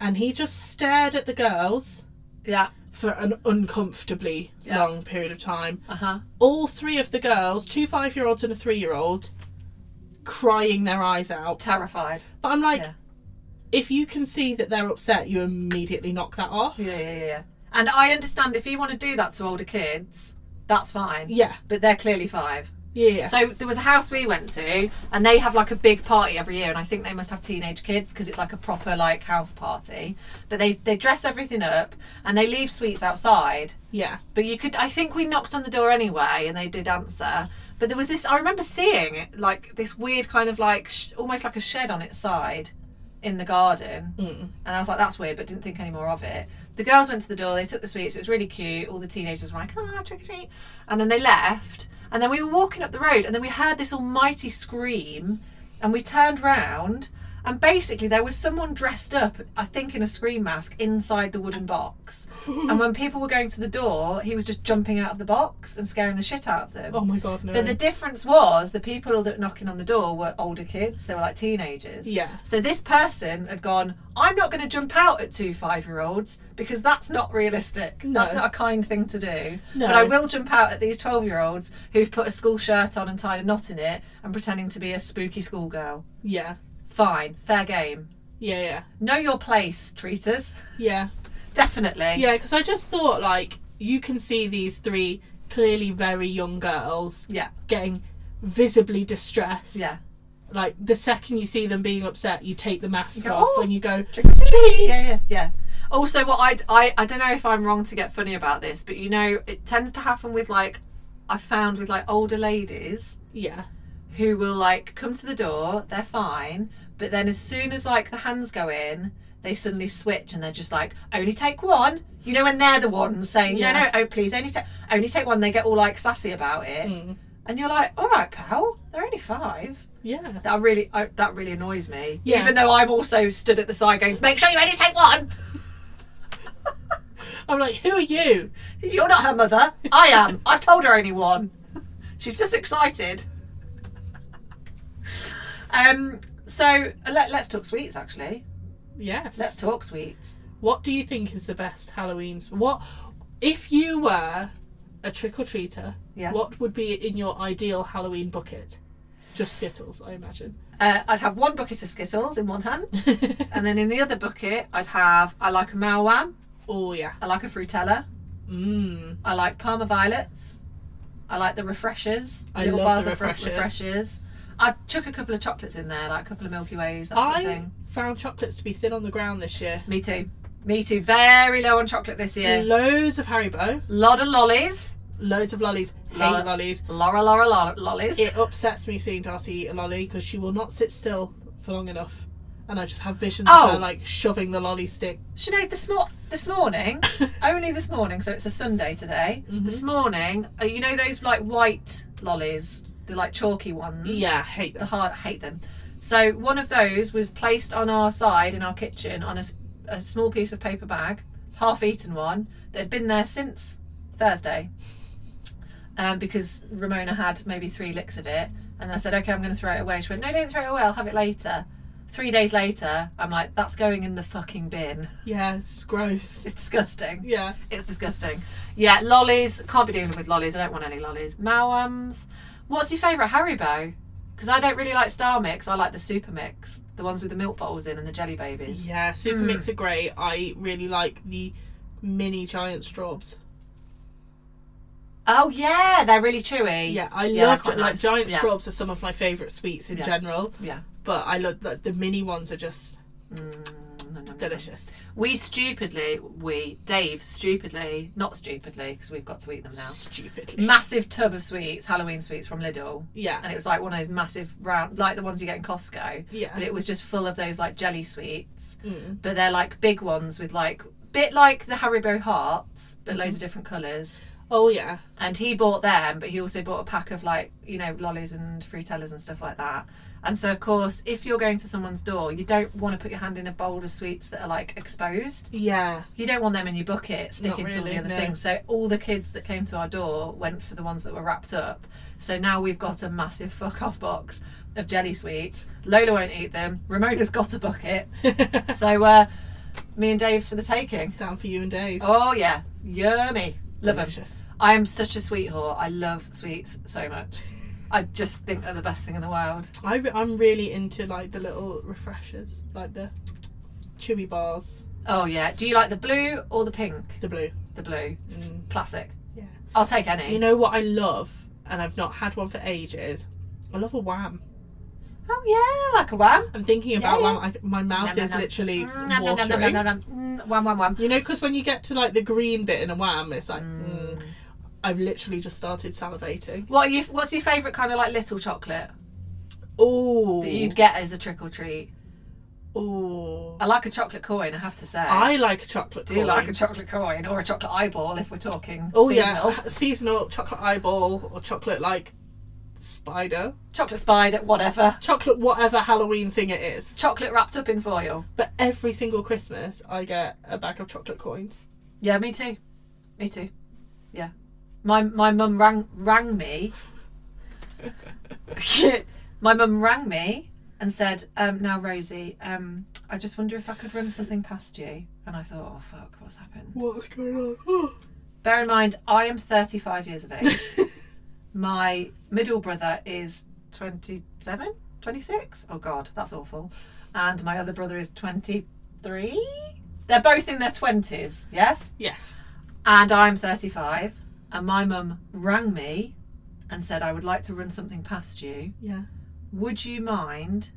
Speaker 2: And he just stared at the girls
Speaker 1: Yeah.
Speaker 2: for an uncomfortably
Speaker 1: Yeah.
Speaker 2: long period of time.
Speaker 1: Uh huh.
Speaker 2: All three of the girls, two five year olds and a three year old, crying their eyes out.
Speaker 1: Terrified.
Speaker 2: But I'm like,
Speaker 1: Yeah.
Speaker 2: if you can see that they're upset, you immediately knock that off.
Speaker 1: Yeah, yeah, yeah, yeah. And I understand if you want to do that to older kids, that's fine.
Speaker 2: Yeah.
Speaker 1: But they're clearly five.
Speaker 2: Yeah. yeah.
Speaker 1: So there was a house we went to, and they have like a big party every year, and I think they must have teenage kids because it's like a proper like house party. But they they dress everything up and they leave sweets outside.
Speaker 2: yeah.
Speaker 1: But you could, I think we knocked on the door anyway, and they did answer. But there was this, I remember seeing it, like this weird kind of like sh- almost like a shed on its side in the garden.
Speaker 2: Mm.
Speaker 1: And I was like, that's weird, but didn't think any more of it. The girls went to the door, they took the sweets, it was really cute. All the teenagers were like, ah, trick or treat. And then they left. And then we were walking up the road, and then we heard this almighty scream. And we turned round, and basically there was someone dressed up, I think in a scream mask, inside the wooden box. and when people were going to the door, he was just jumping out of the box and scaring the shit out of them.
Speaker 2: Oh my god, no.
Speaker 1: But the difference was the people that were knocking on the door were older kids. They were like teenagers.
Speaker 2: Yeah.
Speaker 1: So this person had gone, I'm not going to jump out at two five year olds because that's not realistic.
Speaker 2: No.
Speaker 1: That's not a kind thing to do.
Speaker 2: No.
Speaker 1: But I will jump out at these 12 year olds who've put a school shirt on and tied a knot in it and pretending to be a spooky schoolgirl.
Speaker 2: yeah.
Speaker 1: Fine. Fair game.
Speaker 2: Yeah, yeah,
Speaker 1: Know your place, treaters.
Speaker 2: yeah.
Speaker 1: Definitely.
Speaker 2: Yeah, because I just thought like you can see these three clearly very young girls
Speaker 1: Yeah.
Speaker 2: getting visibly distressed.
Speaker 1: Yeah.
Speaker 2: Like the second you see them being upset, you take the mask
Speaker 1: You go,
Speaker 2: off
Speaker 1: "Oh."
Speaker 2: and you go,
Speaker 1: Yeah, yeah, yeah. Also, what I, I I don't know if I'm wrong to get funny about this, but you know, it tends to happen with like I found with like older ladies
Speaker 2: yeah,
Speaker 1: who will like come to the door, they're fine, but then as soon as like the hands go in, they suddenly switch and they're just like only take one. You know, when they're the ones saying no,
Speaker 2: Yeah.
Speaker 1: no, oh please only take only take one. They get all like sassy about it,
Speaker 2: Mm.
Speaker 1: and you're like, all right, pal, they're only five.
Speaker 2: yeah.
Speaker 1: That really I, that really annoys me.
Speaker 2: Yeah.
Speaker 1: Even though I'm also stood at the side going, make sure you only take one.
Speaker 2: I'm like, who are you?
Speaker 1: You're not her mother. I am. I've told her only one. She's just excited. um. So let, let's talk sweets. Actually,
Speaker 2: Yes.
Speaker 1: let's talk sweets.
Speaker 2: What do you think is the best Halloween's? What if you were a trick or treater?
Speaker 1: Yes.
Speaker 2: What would be in your ideal Halloween bucket? Just Skittles, I imagine.
Speaker 1: Uh, I'd have one bucket of Skittles in one hand, and then in the other bucket, I'd have I like a Malwam,
Speaker 2: oh yeah.
Speaker 1: I like a Frutella,
Speaker 2: Mmm.
Speaker 1: I like Parma Violets, I like the refreshers,
Speaker 2: I
Speaker 1: little
Speaker 2: love
Speaker 1: bars
Speaker 2: the
Speaker 1: of fre-
Speaker 2: Refreshers.
Speaker 1: refreshers. I'd chuck a couple of chocolates in there, like a couple of Milky Ways, that sort of
Speaker 2: I
Speaker 1: thing.
Speaker 2: found chocolates to be thin on the ground this year.
Speaker 1: Me too. Me too. Very low on chocolate this
Speaker 2: Mm.
Speaker 1: year.
Speaker 2: Loads of Haribo,
Speaker 1: lot of lollies.
Speaker 2: loads of lollies. Hate
Speaker 1: Lo-
Speaker 2: lollies.
Speaker 1: Laura, Laura, Laura lollies.
Speaker 2: It upsets me seeing Darcy eat a lolly because she will not sit still for long enough, and I just have visions
Speaker 1: Oh.
Speaker 2: of her like shoving the lolly stick.
Speaker 1: Sinead, this, mor- this morning, only this morning, so it's a Sunday today.
Speaker 2: Mm-hmm.
Speaker 1: This morning, uh, you know those like white lollies, the like chalky ones?
Speaker 2: Yeah, hate
Speaker 1: The
Speaker 2: them.
Speaker 1: hard, I hate them. So one of those was placed on our side in our kitchen on a, s- a small piece of paper bag, half eaten one, that had been there since Thursday. Um, because Ramona had maybe three licks of it. And I said, okay, I'm going to throw it away. She went, no, don't throw it away. I'll have it later. Three days later, I'm like, that's going in the fucking bin.
Speaker 2: Yeah, it's gross.
Speaker 1: It's disgusting.
Speaker 2: Yeah.
Speaker 1: It's disgusting. Yeah, lollies. Can't be dealing with lollies. I don't want any lollies. Mawams. What's your favourite Haribo? Because I don't really like Star Mix. I like the Super Mix, the ones with the milk bottles in and the jelly babies.
Speaker 2: Yeah, super mix are great. I really like the mini giant straws.
Speaker 1: Oh yeah, they're really chewy.
Speaker 2: Yeah, I
Speaker 1: Yeah,
Speaker 2: love
Speaker 1: they're quite
Speaker 2: like
Speaker 1: nice.
Speaker 2: giant
Speaker 1: Yeah.
Speaker 2: straws are some of my favourite sweets in
Speaker 1: Yeah.
Speaker 2: general.
Speaker 1: Yeah.
Speaker 2: But I love the, the mini ones are just
Speaker 1: Mm, nom, nom, nom.
Speaker 2: delicious.
Speaker 1: We stupidly, we Dave stupidly, not stupidly, because we've got to eat them now.
Speaker 2: Stupidly.
Speaker 1: Massive tub of sweets, Halloween sweets from Lidl, and
Speaker 2: Yeah.
Speaker 1: it was like one of those massive round, like the ones you get in Costco.
Speaker 2: Yeah.
Speaker 1: But it was just full of those like jelly sweets.
Speaker 2: Mm.
Speaker 1: but they're like big ones with like bit like the Haribo hearts, but loads of different colours.
Speaker 2: Oh yeah.
Speaker 1: And he bought them, but he also bought a pack of like you know lollies and fruitellas and stuff like that. And so of course, if you're going to someone's door, you don't want to put your hand in a bowl of sweets that are like exposed.
Speaker 2: Yeah.
Speaker 1: You don't want them in your bucket sticking to all
Speaker 2: really,
Speaker 1: the other
Speaker 2: no.
Speaker 1: things. So all the kids that came to our door went for the ones that were wrapped up. So now we've got a massive fuck off box of jelly sweets. Lola won't eat them. Ramona's got a bucket. So, uh, me and Dave's for the taking.
Speaker 2: Down for you and Dave.
Speaker 1: Oh, yeah. Yummy. Love 'em.
Speaker 2: Delicious.
Speaker 1: I am such a sweet whore. I love sweets so much. I just think they're the best thing in the world.
Speaker 2: I re- I'm really into like the little refreshers, like the chewy bars,
Speaker 1: Oh, yeah. Do you like the blue or the pink?
Speaker 2: the blue.
Speaker 1: The blue. It's
Speaker 2: Mm.
Speaker 1: Classic.
Speaker 2: Yeah.
Speaker 1: I'll take any.
Speaker 2: You know what I love, and I've not had one for ages. I love a wham.
Speaker 1: oh, yeah. Like a wham.
Speaker 2: I'm thinking about
Speaker 1: Yeah,
Speaker 2: wham. I, my mouth
Speaker 1: Nom, nom,
Speaker 2: is
Speaker 1: nom.
Speaker 2: literally
Speaker 1: Mm, nom, nom, nom, nom,
Speaker 2: watering.
Speaker 1: nom, nom, nom. Mm, Wham, wham, wham.
Speaker 2: You know, because when you get to like the green bit in a wham, it's like, mm. I've literally just started salivating.
Speaker 1: What are you, what's your favourite kind of like little chocolate
Speaker 2: Oh,
Speaker 1: that you'd get as a trick or treat?
Speaker 2: oh.
Speaker 1: I like a chocolate coin, I have to say.
Speaker 2: I like a chocolate.
Speaker 1: do you
Speaker 2: coin.
Speaker 1: like a chocolate coin or a chocolate eyeball if we're talking
Speaker 2: Oh
Speaker 1: seasonal.
Speaker 2: yeah, seasonal chocolate eyeball or chocolate like spider,
Speaker 1: chocolate spider, whatever.
Speaker 2: chocolate whatever Halloween thing it is.
Speaker 1: Chocolate wrapped up in foil.
Speaker 2: But every single Christmas, I get a bag of chocolate coins.
Speaker 1: Yeah, me too. Me too. Yeah. My my mum rang rang me. my mum rang me and said, um, "Now Rosie, um, I just wonder if I could run something past you." And I thought, "Oh fuck, what's happened?"
Speaker 2: What's going on?
Speaker 1: Bear in mind, I am 35 years of age. my middle brother is 27. 26. Oh God, that's awful. And my other brother is 23. They're both in their 20s, yes?
Speaker 2: Yes.
Speaker 1: And I'm 35. And my mum rang me and said, I would like to run something past you.
Speaker 2: Yeah.
Speaker 1: Would you mind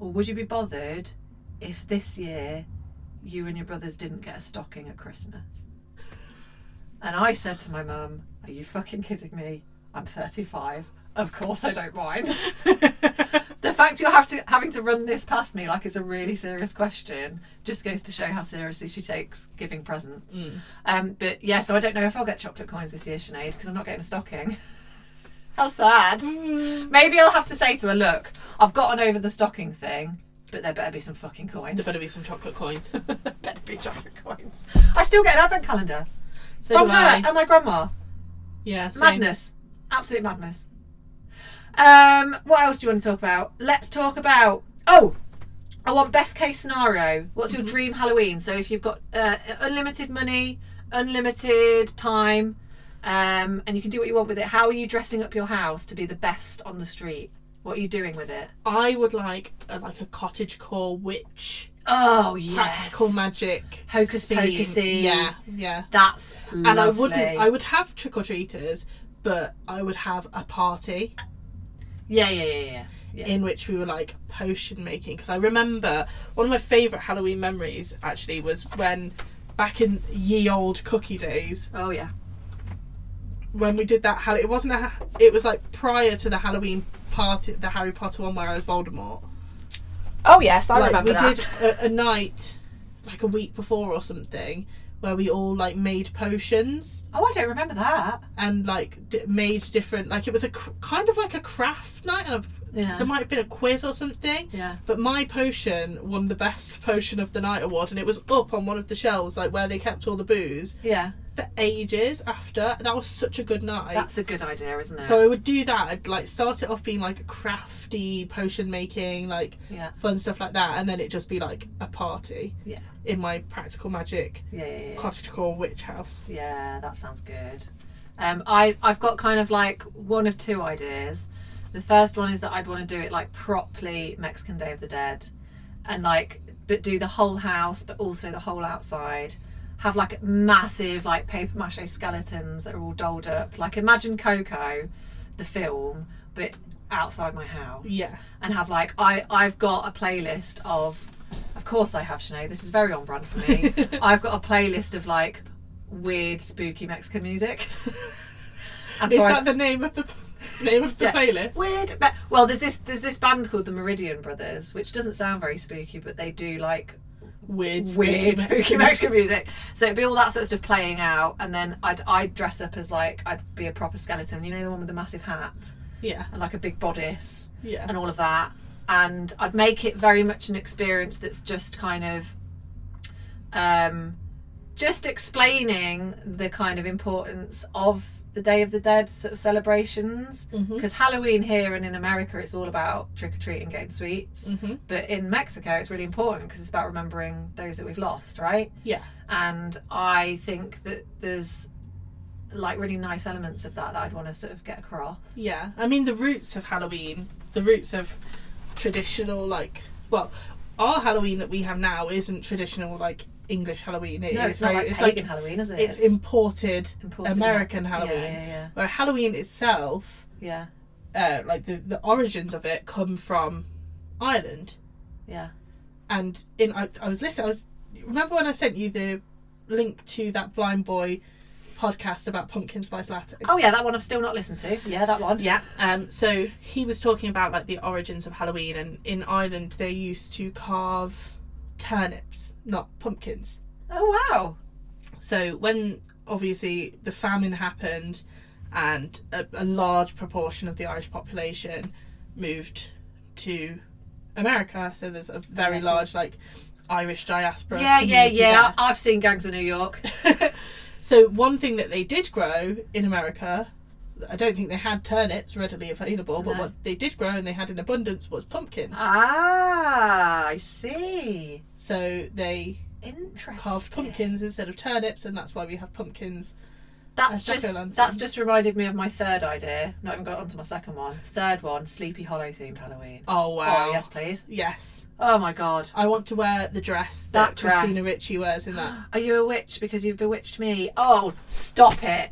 Speaker 1: or would you be bothered if this year you and your brothers didn't get a stocking at Christmas? And I said to my mum, Are you fucking kidding me? I'm 35. Of course I don't mind. the fact you're have to, having to run this past me like it's a really serious question just goes to show how seriously she takes giving presents. Um, but yeah, so I don't know if I'll get chocolate coins this year, Sinead, because I'm not getting a stocking. how sad.
Speaker 2: there
Speaker 1: Maybe I'll have to say to her, look, I've gotten over the stocking thing, but there better be some fucking coins.
Speaker 2: better be some chocolate coins.
Speaker 1: better be chocolate coins. I still get an advent calendar
Speaker 2: so
Speaker 1: from
Speaker 2: do
Speaker 1: her
Speaker 2: I.
Speaker 1: and my grandma.
Speaker 2: Yeah. Same.
Speaker 1: Madness. Absolute madness. Um, what else do you want to talk about? Let's talk about. Oh, I want best case scenario. What's your dream Halloween? So if you've got uh, unlimited money, unlimited time, um, and you can do what you want with it, how are you dressing up your house to be the best on the street? What are you doing with it?
Speaker 2: I would like a, like a cottage core witch
Speaker 1: Oh yes,
Speaker 2: practical magic.
Speaker 1: hocus pocus.
Speaker 2: theme. Yeah. Yeah.
Speaker 1: that's lovely.
Speaker 2: And I wouldn't. I would have trick or treaters, but I would have a party.
Speaker 1: yeah, yeah, yeah, yeah. Yeah.
Speaker 2: in which we were like potion making because I remember one of my favourite Halloween memories actually was when back in ye old cookie days
Speaker 1: oh yeah.
Speaker 2: when we did that Hall- it wasn't a ha- it was like prior to the Halloween party the Harry Potter one where I was Voldemort
Speaker 1: Oh yes, I
Speaker 2: like
Speaker 1: remember
Speaker 2: we
Speaker 1: that.
Speaker 2: did a, a night like a week before or something where we all like made potions
Speaker 1: Oh, I don't remember that.
Speaker 2: and like d- made different like it was a cr- kind of like a craft night and a,
Speaker 1: Yeah.
Speaker 2: there might have been a quiz or something
Speaker 1: Yeah.
Speaker 2: But my potion won the best potion of the night award, and it was up on one of the shelves, like where they kept all the booze,
Speaker 1: Yeah.
Speaker 2: for ages after. And that was such a good night.
Speaker 1: That's a good idea, isn't it?
Speaker 2: so I would do that. I'd like start it off being like crafty potion making, like
Speaker 1: yeah.
Speaker 2: fun stuff like that, and then it'd just be like a party.
Speaker 1: Yeah.
Speaker 2: In my practical magic
Speaker 1: Yeah, yeah, yeah.
Speaker 2: cottagecore witch house.
Speaker 1: Yeah, that sounds good. Um, I I've got kind of like one of two ideas. The first one is that I'd want to do it like properly Mexican Day of the Dead, and like but do the whole house, but also the whole outside. Have like massive like paper mache skeletons that are all dolled up. Like imagine Coco, the film, but outside my house.
Speaker 2: Yeah.
Speaker 1: and have like I I've got a playlist of of course I have Sinead this is very on brand for me I've got a playlist of like weird spooky Mexican music and
Speaker 2: Is
Speaker 1: so
Speaker 2: that
Speaker 1: I,
Speaker 2: the name of the name of the
Speaker 1: Yeah.
Speaker 2: playlist?
Speaker 1: weird me- well there's this there's this band called the Meridian Brothers which doesn't sound very spooky but they do like
Speaker 2: Weird,
Speaker 1: weird spooky
Speaker 2: Mexican-
Speaker 1: Mexican music so it'd be all that sort of stuff playing out and then I'd I'd dress up as like I'd be a proper skeleton you know the one with the massive hat
Speaker 2: Yeah,
Speaker 1: and like a big bodice
Speaker 2: yeah.
Speaker 1: and all of that. And I'd make it very much an experience that's just kind of um, just explaining the kind of importance of the Day of the Dead sort of celebrations.
Speaker 2: Mm-hmm.
Speaker 1: Because Halloween here and in America, it's all about trick or treating, getting sweets.
Speaker 2: Mm-hmm.
Speaker 1: But in Mexico, it's really important because it's about remembering those that we've lost, right?
Speaker 2: Yeah.
Speaker 1: And I think that there's like really nice elements of that that I'd want to sort of get across.
Speaker 2: Yeah, I mean the roots of Halloween, the roots of traditional like well, our Halloween that we have now isn't traditional like English Halloween. It
Speaker 1: No,
Speaker 2: is
Speaker 1: it's not
Speaker 2: very-
Speaker 1: like
Speaker 2: it's
Speaker 1: pagan Halloween, is it?
Speaker 2: it's imported,
Speaker 1: Imported
Speaker 2: American
Speaker 1: Amer-
Speaker 2: Halloween.
Speaker 1: Yeah, yeah, yeah.
Speaker 2: Where Halloween itself,
Speaker 1: yeah.
Speaker 2: uh, like the the origins of it come from Ireland.
Speaker 1: yeah.
Speaker 2: And in I, I was listening. I was remember when I sent you the link to that blind boy podcast about pumpkin spice lattes.
Speaker 1: Oh yeah, that one I've still not listened to. Yeah, that one.
Speaker 2: Yeah. Um, so he was talking about like the origins of Halloween, and in Ireland they used to carve turnips, not pumpkins.
Speaker 1: Oh wow.
Speaker 2: So when obviously the famine happened, and a, a large proportion of the Irish population moved to America, so there's a very
Speaker 1: Yeah,
Speaker 2: large
Speaker 1: yes.
Speaker 2: like Irish diaspora.
Speaker 1: Yeah, yeah,
Speaker 2: community
Speaker 1: yeah.
Speaker 2: there.
Speaker 1: I've seen Gangs of New York.
Speaker 2: So one thing that they did grow in America, I don't think they had turnips readily available, but
Speaker 1: No.
Speaker 2: what they did grow and they had in abundance was pumpkins.
Speaker 1: ah, I see.
Speaker 2: So they
Speaker 1: Interesting.
Speaker 2: carved pumpkins instead of turnips, and that's why we have pumpkins
Speaker 1: That's
Speaker 2: Jack o'
Speaker 1: just
Speaker 2: lanterns.
Speaker 1: that's just reminded me of my third idea. Not even got onto my second one. Third one, Sleepy Hollow themed Halloween.
Speaker 2: Oh wow.
Speaker 1: Oh yes,
Speaker 2: yes.
Speaker 1: please. Oh my god.
Speaker 2: I want to wear the dress that,
Speaker 1: That dress.
Speaker 2: Christina Ritchie wears in that.
Speaker 1: Are you a witch because you've bewitched me? Oh, stop it.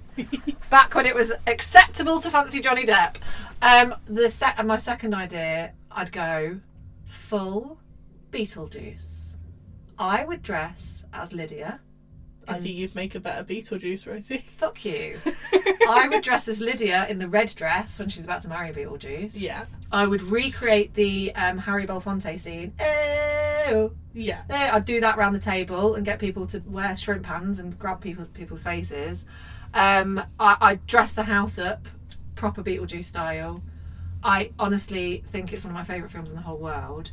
Speaker 1: Back when it was acceptable to fancy Johnny Depp. Um, the sec- my second idea, I'd go full Beetlejuice. I would dress as Lydia.
Speaker 2: I think you'd make a better Beetlejuice, Rosie.
Speaker 1: Fuck you. I would dress as Lydia in the red dress when she's about to marry Beetlejuice.
Speaker 2: Yeah.
Speaker 1: I would recreate the um, Harry Belafonte scene. Oh,
Speaker 2: Yeah.
Speaker 1: Eh, I'd do that round the table and get people to wear shrimp hands and grab people's people's faces. Um, I, I'd dress the house up proper Beetlejuice style. I honestly think it's one of my favourite films in the whole world.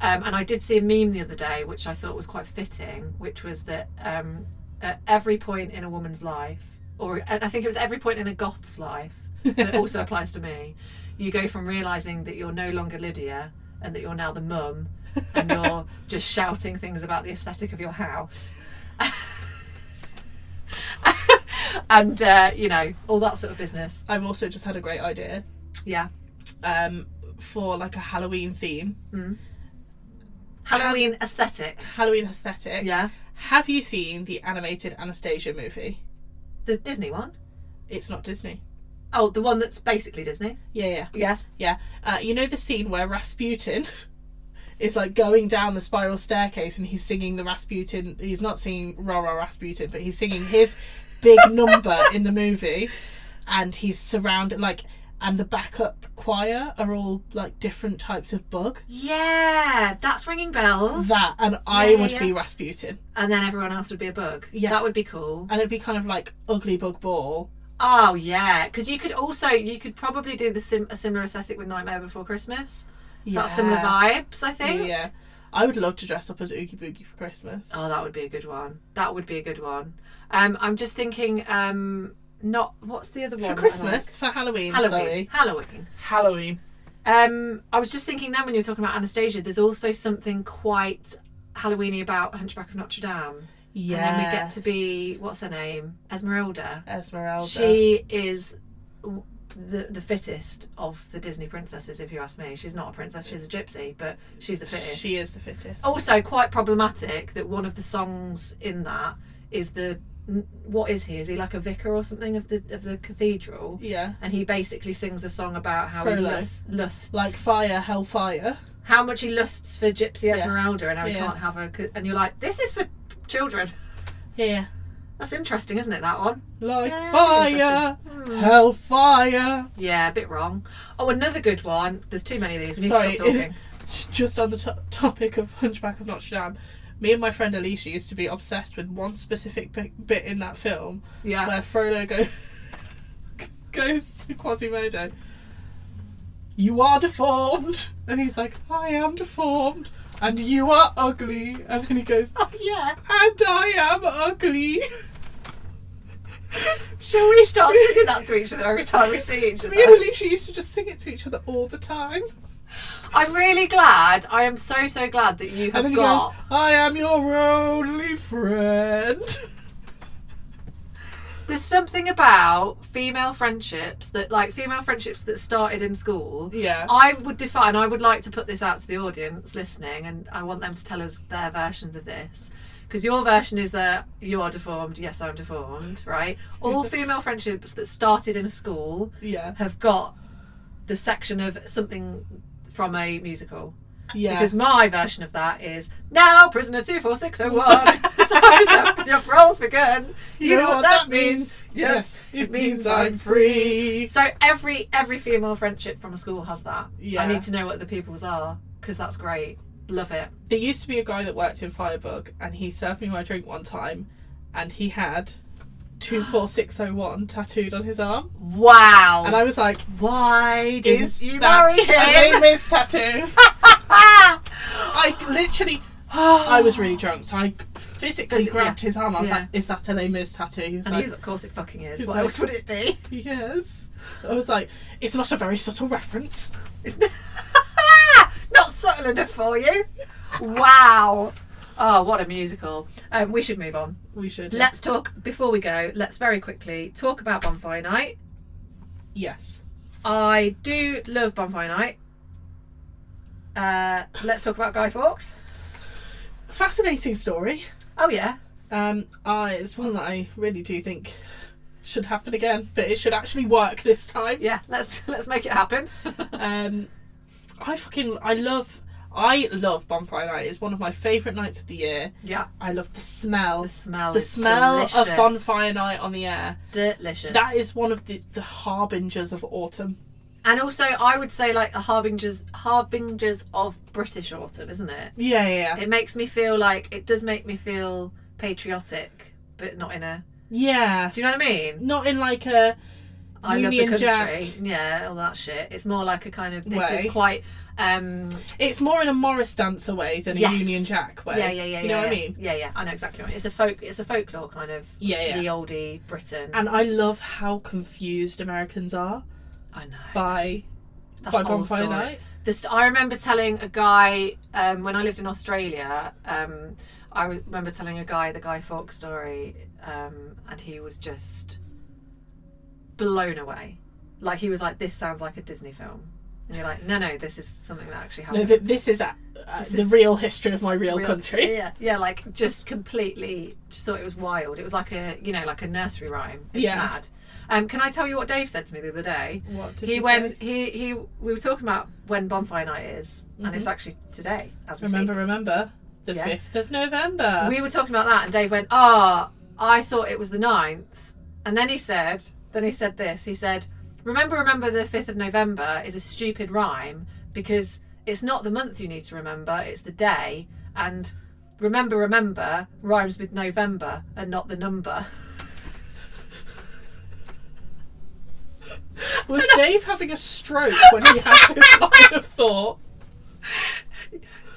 Speaker 1: Um, and I did see a meme the other day, which I thought was quite fitting, which was that um, at every point in a woman's life, or and I think it was every point in a goth's life, and it also applies to me, you go from realising that you're no longer Lydia and that you're now the mum and you're just shouting things about the aesthetic of your house. and, uh, you know, all that sort of business.
Speaker 2: I've also just had a great idea
Speaker 1: Yeah.
Speaker 2: um, for like a Halloween theme,
Speaker 1: Halloween aesthetic.
Speaker 2: Halloween aesthetic.
Speaker 1: Yeah.
Speaker 2: Have you seen the animated Anastasia movie?
Speaker 1: The Disney one.
Speaker 2: It's not Disney.
Speaker 1: Oh, the one that's basically Disney.
Speaker 2: Yeah, yeah,
Speaker 1: Yes.
Speaker 2: yeah. Uh, you know the scene where Rasputin is like going down the spiral staircase and he's singing the Rasputin. He's not singing Rah Rah Rasputin, but he's singing his big number in the movie, and he's surrounded like. And the backup choir are all like different types of bug.
Speaker 1: Yeah, that's ringing bells.
Speaker 2: That and I
Speaker 1: yeah,
Speaker 2: would
Speaker 1: yeah.
Speaker 2: be Rasputin,
Speaker 1: And then everyone else would be a bug.
Speaker 2: Yeah.
Speaker 1: That would be cool.
Speaker 2: and it'd be kind of like ugly bug ball.
Speaker 1: Oh yeah, because you could also you could probably do the sim- a similar aesthetic with Nightmare Before Christmas. That similar
Speaker 2: Yeah.
Speaker 1: vibes, I think.
Speaker 2: Yeah, I would love to dress up as Oogie Boogie for Christmas.
Speaker 1: Oh, that would be a good one. That would be a good one. Um, I'm just thinking, um, not what's the other one
Speaker 2: for
Speaker 1: that I
Speaker 2: Christmas, for Halloween,
Speaker 1: like? Halloween.
Speaker 2: sorry.
Speaker 1: Halloween.
Speaker 2: Halloween.
Speaker 1: Um, I was just thinking then when you were talking about Anastasia, there's also something quite Halloweeny about Hunchback of Notre Dame.
Speaker 2: Yeah.
Speaker 1: And then we get to be what's her name, Esmeralda.
Speaker 2: Esmeralda.
Speaker 1: She is w- the the fittest of the Disney princesses, if you ask me. She's not a princess; she's a gypsy, but she's the fittest. Oh.
Speaker 2: She is the fittest.
Speaker 1: also quite problematic that one of the songs in that is the what is he? Is he like a vicar or something of the of the cathedral?
Speaker 2: Yeah.
Speaker 1: And he basically sings a song about how he
Speaker 2: Frollo.
Speaker 1: lusts, lusts
Speaker 2: Like fire, hellfire.
Speaker 1: how much he lusts for Gypsy Esmeralda and how he
Speaker 2: Yeah.
Speaker 1: can't have her. c- And you're like, this is for children.
Speaker 2: Yeah.
Speaker 1: That's interesting, isn't it? That one.
Speaker 2: Like
Speaker 1: Yeah,
Speaker 2: fire, hellfire.
Speaker 1: Yeah, a bit wrong. Oh, another good one. There's too many of these. We need
Speaker 2: Sorry,
Speaker 1: to stop talking.
Speaker 2: just on the to- topic of Hunchback of Notre Dame, me and my friend Alicia used to be obsessed with one specific bi- bit in that film
Speaker 1: Yeah.
Speaker 2: where Frodo go- goes to Quasimodo. You are deformed, and he's like, "I am deformed, and you are ugly." And then he goes,
Speaker 1: Oh yeah.
Speaker 2: "And I am ugly."
Speaker 1: Shall we start singing that to each other every time we see each other?
Speaker 2: Me and Alicia used to just sing it to each other all the time.
Speaker 1: I'm really glad. I am so so glad that you
Speaker 2: And
Speaker 1: have
Speaker 2: then he
Speaker 1: got.
Speaker 2: goes, "I am your only friend."
Speaker 1: There's something about female friendships that, like female friendships that started in school.
Speaker 2: Yeah.
Speaker 1: I would define. I would like to put this out to the audience listening, and I want them to tell us their versions of this. Because your version is that you are deformed. Yes, I'm deformed. Right. All female friendships that started in a school
Speaker 2: Yeah.
Speaker 1: have got the section of something from a musical.
Speaker 2: Yeah.
Speaker 1: Because my version of that is now prisoner two four six oh one. Time's up. Your role's begun. You, know, what that means. Yes, it means I'm
Speaker 2: free.
Speaker 1: So every every female friendship from a school has that.
Speaker 2: Yeah.
Speaker 1: I need to know what the people's are because that's great. Love it.
Speaker 2: There used to be a guy that worked in Firebug, and he served me my drink one time, and he had two four six oh one tattooed on his arm,
Speaker 1: Wow.
Speaker 2: and I was like,
Speaker 1: Why
Speaker 2: "Is
Speaker 1: did you
Speaker 2: that
Speaker 1: marry
Speaker 2: a
Speaker 1: him?
Speaker 2: Mavis tattoo?" I literally. I was really drunk, so I physically
Speaker 1: Physi-
Speaker 2: grabbed his arm. I was
Speaker 1: Yeah.
Speaker 2: like, "Is that a Miz tattoo?" He was
Speaker 1: And
Speaker 2: like,
Speaker 1: he's, of course, it fucking is.
Speaker 2: He's
Speaker 1: What
Speaker 2: like-
Speaker 1: else would it be?
Speaker 2: "Yes." I was like, "It's not a very subtle reference."
Speaker 1: It's not subtle enough for you. Wow. Oh, what a musical. Um, we should move on.
Speaker 2: We should.
Speaker 1: Let's talk, before we go, let's very quickly talk about Bonfire Night.
Speaker 2: yes.
Speaker 1: I do love Bonfire Night. Uh, let's talk about Guy Fawkes.
Speaker 2: Fascinating story.
Speaker 1: Oh, yeah.
Speaker 2: Um, I, it's one that I really do think should happen again, but it should actually work this time.
Speaker 1: Yeah, let's let's make it happen.
Speaker 2: Um, I fucking I love I love Bonfire Night. It's one of my favourite nights of the year.
Speaker 1: yeah.
Speaker 2: I love the smell.
Speaker 1: The smell
Speaker 2: The
Speaker 1: is
Speaker 2: smell of
Speaker 1: delicious.
Speaker 2: Bonfire Night on the air.
Speaker 1: Delicious.
Speaker 2: That is one of the, the harbingers of autumn.
Speaker 1: and also, I would say, like, the harbingers, harbingers of British autumn, isn't it?
Speaker 2: Yeah, yeah, yeah.
Speaker 1: It makes me feel like, it does make me feel patriotic, but not in a.
Speaker 2: Yeah.
Speaker 1: Do you know what I mean?
Speaker 2: Not in like a
Speaker 1: I
Speaker 2: Union
Speaker 1: love the country.
Speaker 2: Jack.
Speaker 1: Yeah, all that shit. It's more like a kind of this
Speaker 2: Way.
Speaker 1: is quite um
Speaker 2: it's more in a Morris dancer way than
Speaker 1: Yes.
Speaker 2: a Union Jack way.
Speaker 1: yeah, yeah, yeah.
Speaker 2: You know
Speaker 1: yeah,
Speaker 2: what I
Speaker 1: yeah.
Speaker 2: mean?
Speaker 1: Yeah, yeah. I know exactly what it is. It's a folk it's a folklore kind of
Speaker 2: Yeah, yeah.
Speaker 1: the oldie Britain.
Speaker 2: And I love how confused Americans are
Speaker 1: I know.
Speaker 2: by
Speaker 1: the
Speaker 2: by
Speaker 1: whole
Speaker 2: Bonfire
Speaker 1: story.
Speaker 2: Night.
Speaker 1: The st- I remember telling a guy um, when I lived in Australia. Um, I re- remember telling a guy the Guy Fawkes story, um, and he was just blown away. Like he was like, "This sounds like a Disney film," and you're like, "No, no, this is something that actually happened."
Speaker 2: No, th- this is a, uh,
Speaker 1: This
Speaker 2: the
Speaker 1: is-
Speaker 2: real history of my real,
Speaker 1: Real-
Speaker 2: country.
Speaker 1: Yeah, yeah, like just completely just thought it was wild. It was like a you know like a nursery rhyme. It's
Speaker 2: Yeah.
Speaker 1: mad. Um, can I tell you what Dave said to me the other day?
Speaker 2: What did
Speaker 1: he
Speaker 2: he
Speaker 1: went he he we were talking about when bonfire night is, and it's actually today as we
Speaker 2: Mm-hmm. Remember, remember the
Speaker 1: Yeah.
Speaker 2: fifth of November.
Speaker 1: speak. We were talking about that, and Dave went, "Ah, I thought it was the 9th. and then he said, then he said this. He said, "Remember, remember the fifth of November is a stupid rhyme because it's not the month you need to remember; it's the day and." Remember, remember rhymes with November and not the number.
Speaker 2: Was Dave having a stroke when he had this line of thought?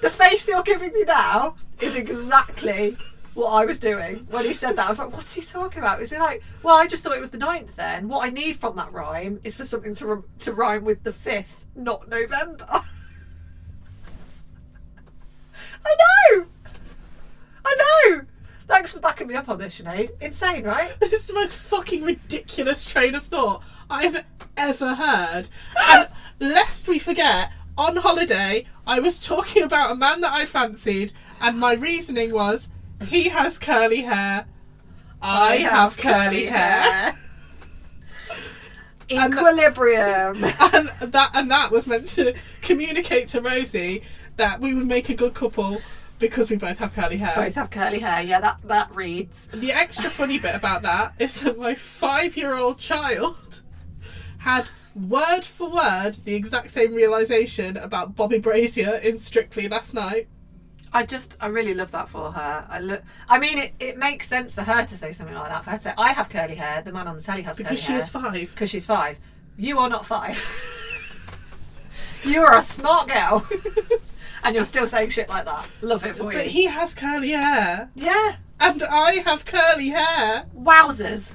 Speaker 1: The face you're giving me now is exactly what I was doing when he said that. I was like, "What are you talking about?" Is it like, "Well, I just thought it was the 9th Then what I need from that rhyme is for something to rhyme- to rhyme with the fifth, not November. I know. I know. Thanks for backing me up on this, Sinead. Insane, right?
Speaker 2: This is the most fucking ridiculous train of thought I've ever heard. And lest we forget, on holiday, I was talking about a man that I fancied, and my reasoning was he has curly hair. I, have, curly hair.
Speaker 1: Equilibrium.
Speaker 2: and that and that was meant to communicate to Rosie that we would make a good couple because we both have curly hair.
Speaker 1: Both have curly hair. Yeah, that that reads.
Speaker 2: The extra funny bit about that is that my five-year-old child had word for word the exact same realization about Bobby Brazier in Strictly last night.
Speaker 1: I just, I really love that for her. I look, I mean, it, it makes sense for her to say something like that. For her to say, I have curly hair, the man on the telly has
Speaker 2: Because she
Speaker 1: curly
Speaker 2: is
Speaker 1: hair.
Speaker 2: five.
Speaker 1: Because she's five. You are not five. you are a smart girl. and you're still saying shit like that. Love it for
Speaker 2: But
Speaker 1: you.
Speaker 2: he has curly hair.
Speaker 1: yeah.
Speaker 2: And I have curly hair.
Speaker 1: Wowzers.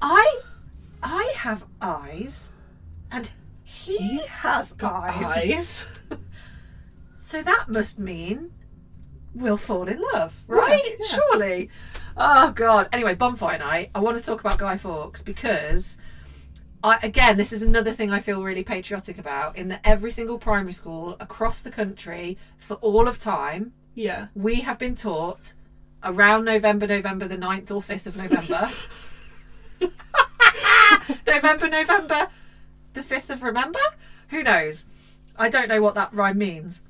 Speaker 1: I, I have eyes. And he has eyes.
Speaker 2: Eyes.
Speaker 1: So that must mean we'll fall in love, right?
Speaker 2: yeah.
Speaker 1: Surely. Oh God. Anyway, bonfire night. I want to talk about Guy Fawkes because, I again, this is another thing I feel really patriotic about. In that every single primary school across the country for all of time,
Speaker 2: Yeah.
Speaker 1: we have been taught around November, November the 9th or 5th of November. November, November the 5th of Remember? Who knows? I don't know what that rhyme means.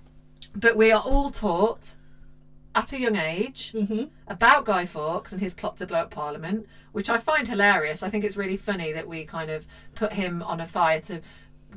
Speaker 1: But we are all taught at a young age
Speaker 2: Mhm.
Speaker 1: about Guy Fawkes and his plot to blow up Parliament, which I find hilarious. I think it's really funny that we kind of put him on a fire to.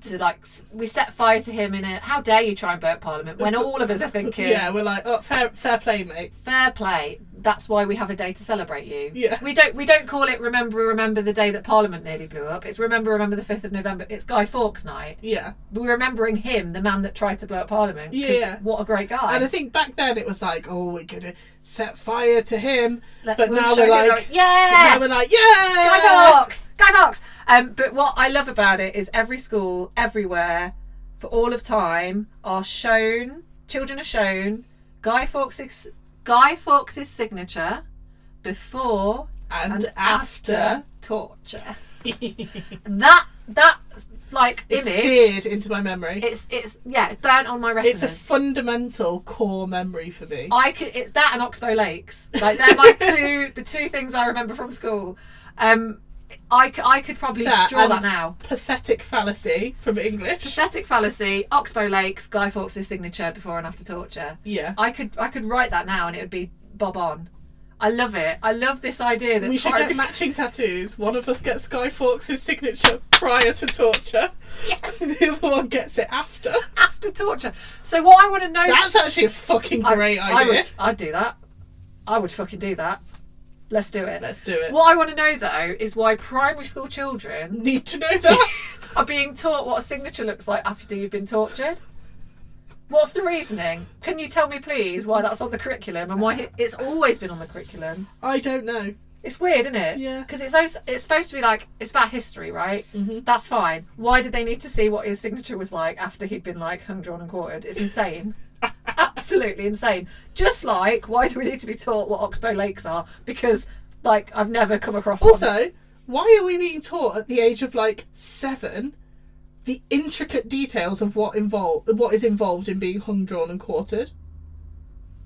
Speaker 1: To like, s- we set fire to him in a. How dare you try and blow up Parliament when all of us are thinking,
Speaker 2: Yeah, we're like, oh, fair, fair play, mate.
Speaker 1: fair play that's why we have a day to celebrate you
Speaker 2: Yeah.
Speaker 1: we don't we don't call it remember remember the day that parliament nearly blew up it's remember remember the 5th of november it's guy fawkes night
Speaker 2: Yeah.
Speaker 1: we're remembering him the man that tried to blow up parliament 'cause
Speaker 2: Yeah.
Speaker 1: what a great guy
Speaker 2: And I think back then it was like, oh, we're gonna set fire to him.
Speaker 1: Like,
Speaker 2: but
Speaker 1: we'll
Speaker 2: now
Speaker 1: show
Speaker 2: we're
Speaker 1: you
Speaker 2: like,
Speaker 1: that- yeah
Speaker 2: now we're like, yeah,
Speaker 1: Guy Fawkes! Guy Fawkes! Um, but what I love about it is every school, everywhere, for all of time, are shown, children are shown Guy Fawkes' Guy Fawkes' signature before
Speaker 2: And,
Speaker 1: and after
Speaker 2: after,
Speaker 1: torture. That that like
Speaker 2: it's
Speaker 1: image.
Speaker 2: seared into my memory.
Speaker 1: It's it's yeah burnt on my retina.
Speaker 2: It's a fundamental core memory for me.
Speaker 1: I could it's that and Oxbow Lakes. Like they're my two the two things I remember from school. Um, I, c- I could probably
Speaker 2: That
Speaker 1: draw
Speaker 2: and-
Speaker 1: that now.
Speaker 2: Pathetic fallacy from English.
Speaker 1: Pathetic fallacy, Oxbow Lakes, Guy Fawkes' signature before and after torture.
Speaker 2: Yeah.
Speaker 1: I could I could write that now and it would be bob on. I love it. I love this idea that
Speaker 2: We should
Speaker 1: Poirot's-
Speaker 2: get matching tattoos. One of us gets Guy Fawkes' signature prior to torture. The other one gets it after.
Speaker 1: after torture. So what I want to know
Speaker 2: That's actually a fucking great
Speaker 1: I,
Speaker 2: idea.
Speaker 1: I would, I'd do that. I would fucking do that. Let's do it.
Speaker 2: Let's do it.
Speaker 1: What I want to know though is why primary school children
Speaker 2: Need to know that.
Speaker 1: are being taught what a signature looks like after you've been tortured. What's the reasoning? Can you tell me, please, why that's on the curriculum and why it- it's always been on the curriculum?
Speaker 2: I don't know.
Speaker 1: It's weird, isn't it?
Speaker 2: Yeah.
Speaker 1: Because it's als- it's supposed to be like it's about history, right?
Speaker 2: Mhm.
Speaker 1: That's fine. Why did they need to see what his signature was like after he'd been like hung, drawn, and quartered? It's insane. Absolutely insane. Just like why do we need to be taught what oxbow lakes are? Because like I've never come across one.
Speaker 2: Also, why are we being taught at the age of like seven the intricate details of what involved what is involved in being hung, drawn, and quartered?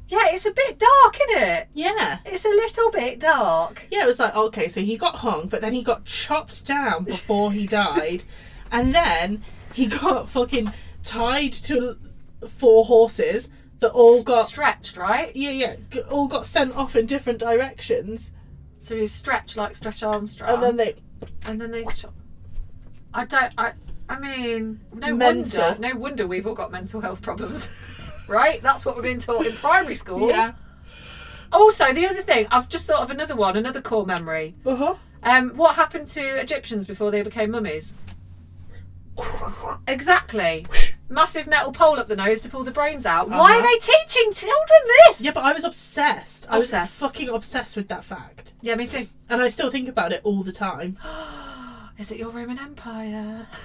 Speaker 1: Yeah, it's a bit dark, isn't it?
Speaker 2: Yeah.
Speaker 1: It's a little bit dark.
Speaker 2: Yeah, it was like, okay, so he got hung, but then he got chopped down before he died. and then he got fucking tied to four horses that all got.
Speaker 1: Stretched, right?
Speaker 2: Yeah, yeah, g- all got sent off in different directions.
Speaker 1: So you stretch like stretch Armstrong,
Speaker 2: And then they.
Speaker 1: they. Chop. I don't. I. I mean, no
Speaker 2: Mental.
Speaker 1: wonder. No wonder we've all got mental health problems, right? That's what we're being taught in primary school.
Speaker 2: Oh. Yeah.
Speaker 1: Also, the other thing I've just thought of another one, another core memory.
Speaker 2: Uh huh.
Speaker 1: Um, what happened to Egyptians before they became mummies?
Speaker 2: Uh-huh.
Speaker 1: Exactly. Massive metal pole up the nose to pull the brains out. Why are
Speaker 2: Uh-huh.
Speaker 1: they teaching children this?
Speaker 2: Yeah, but I was obsessed. I was
Speaker 1: Obsessed.
Speaker 2: fucking obsessed with that fact.
Speaker 1: yeah, me too.
Speaker 2: And I still think about it all the time.
Speaker 1: Is it your Roman Empire?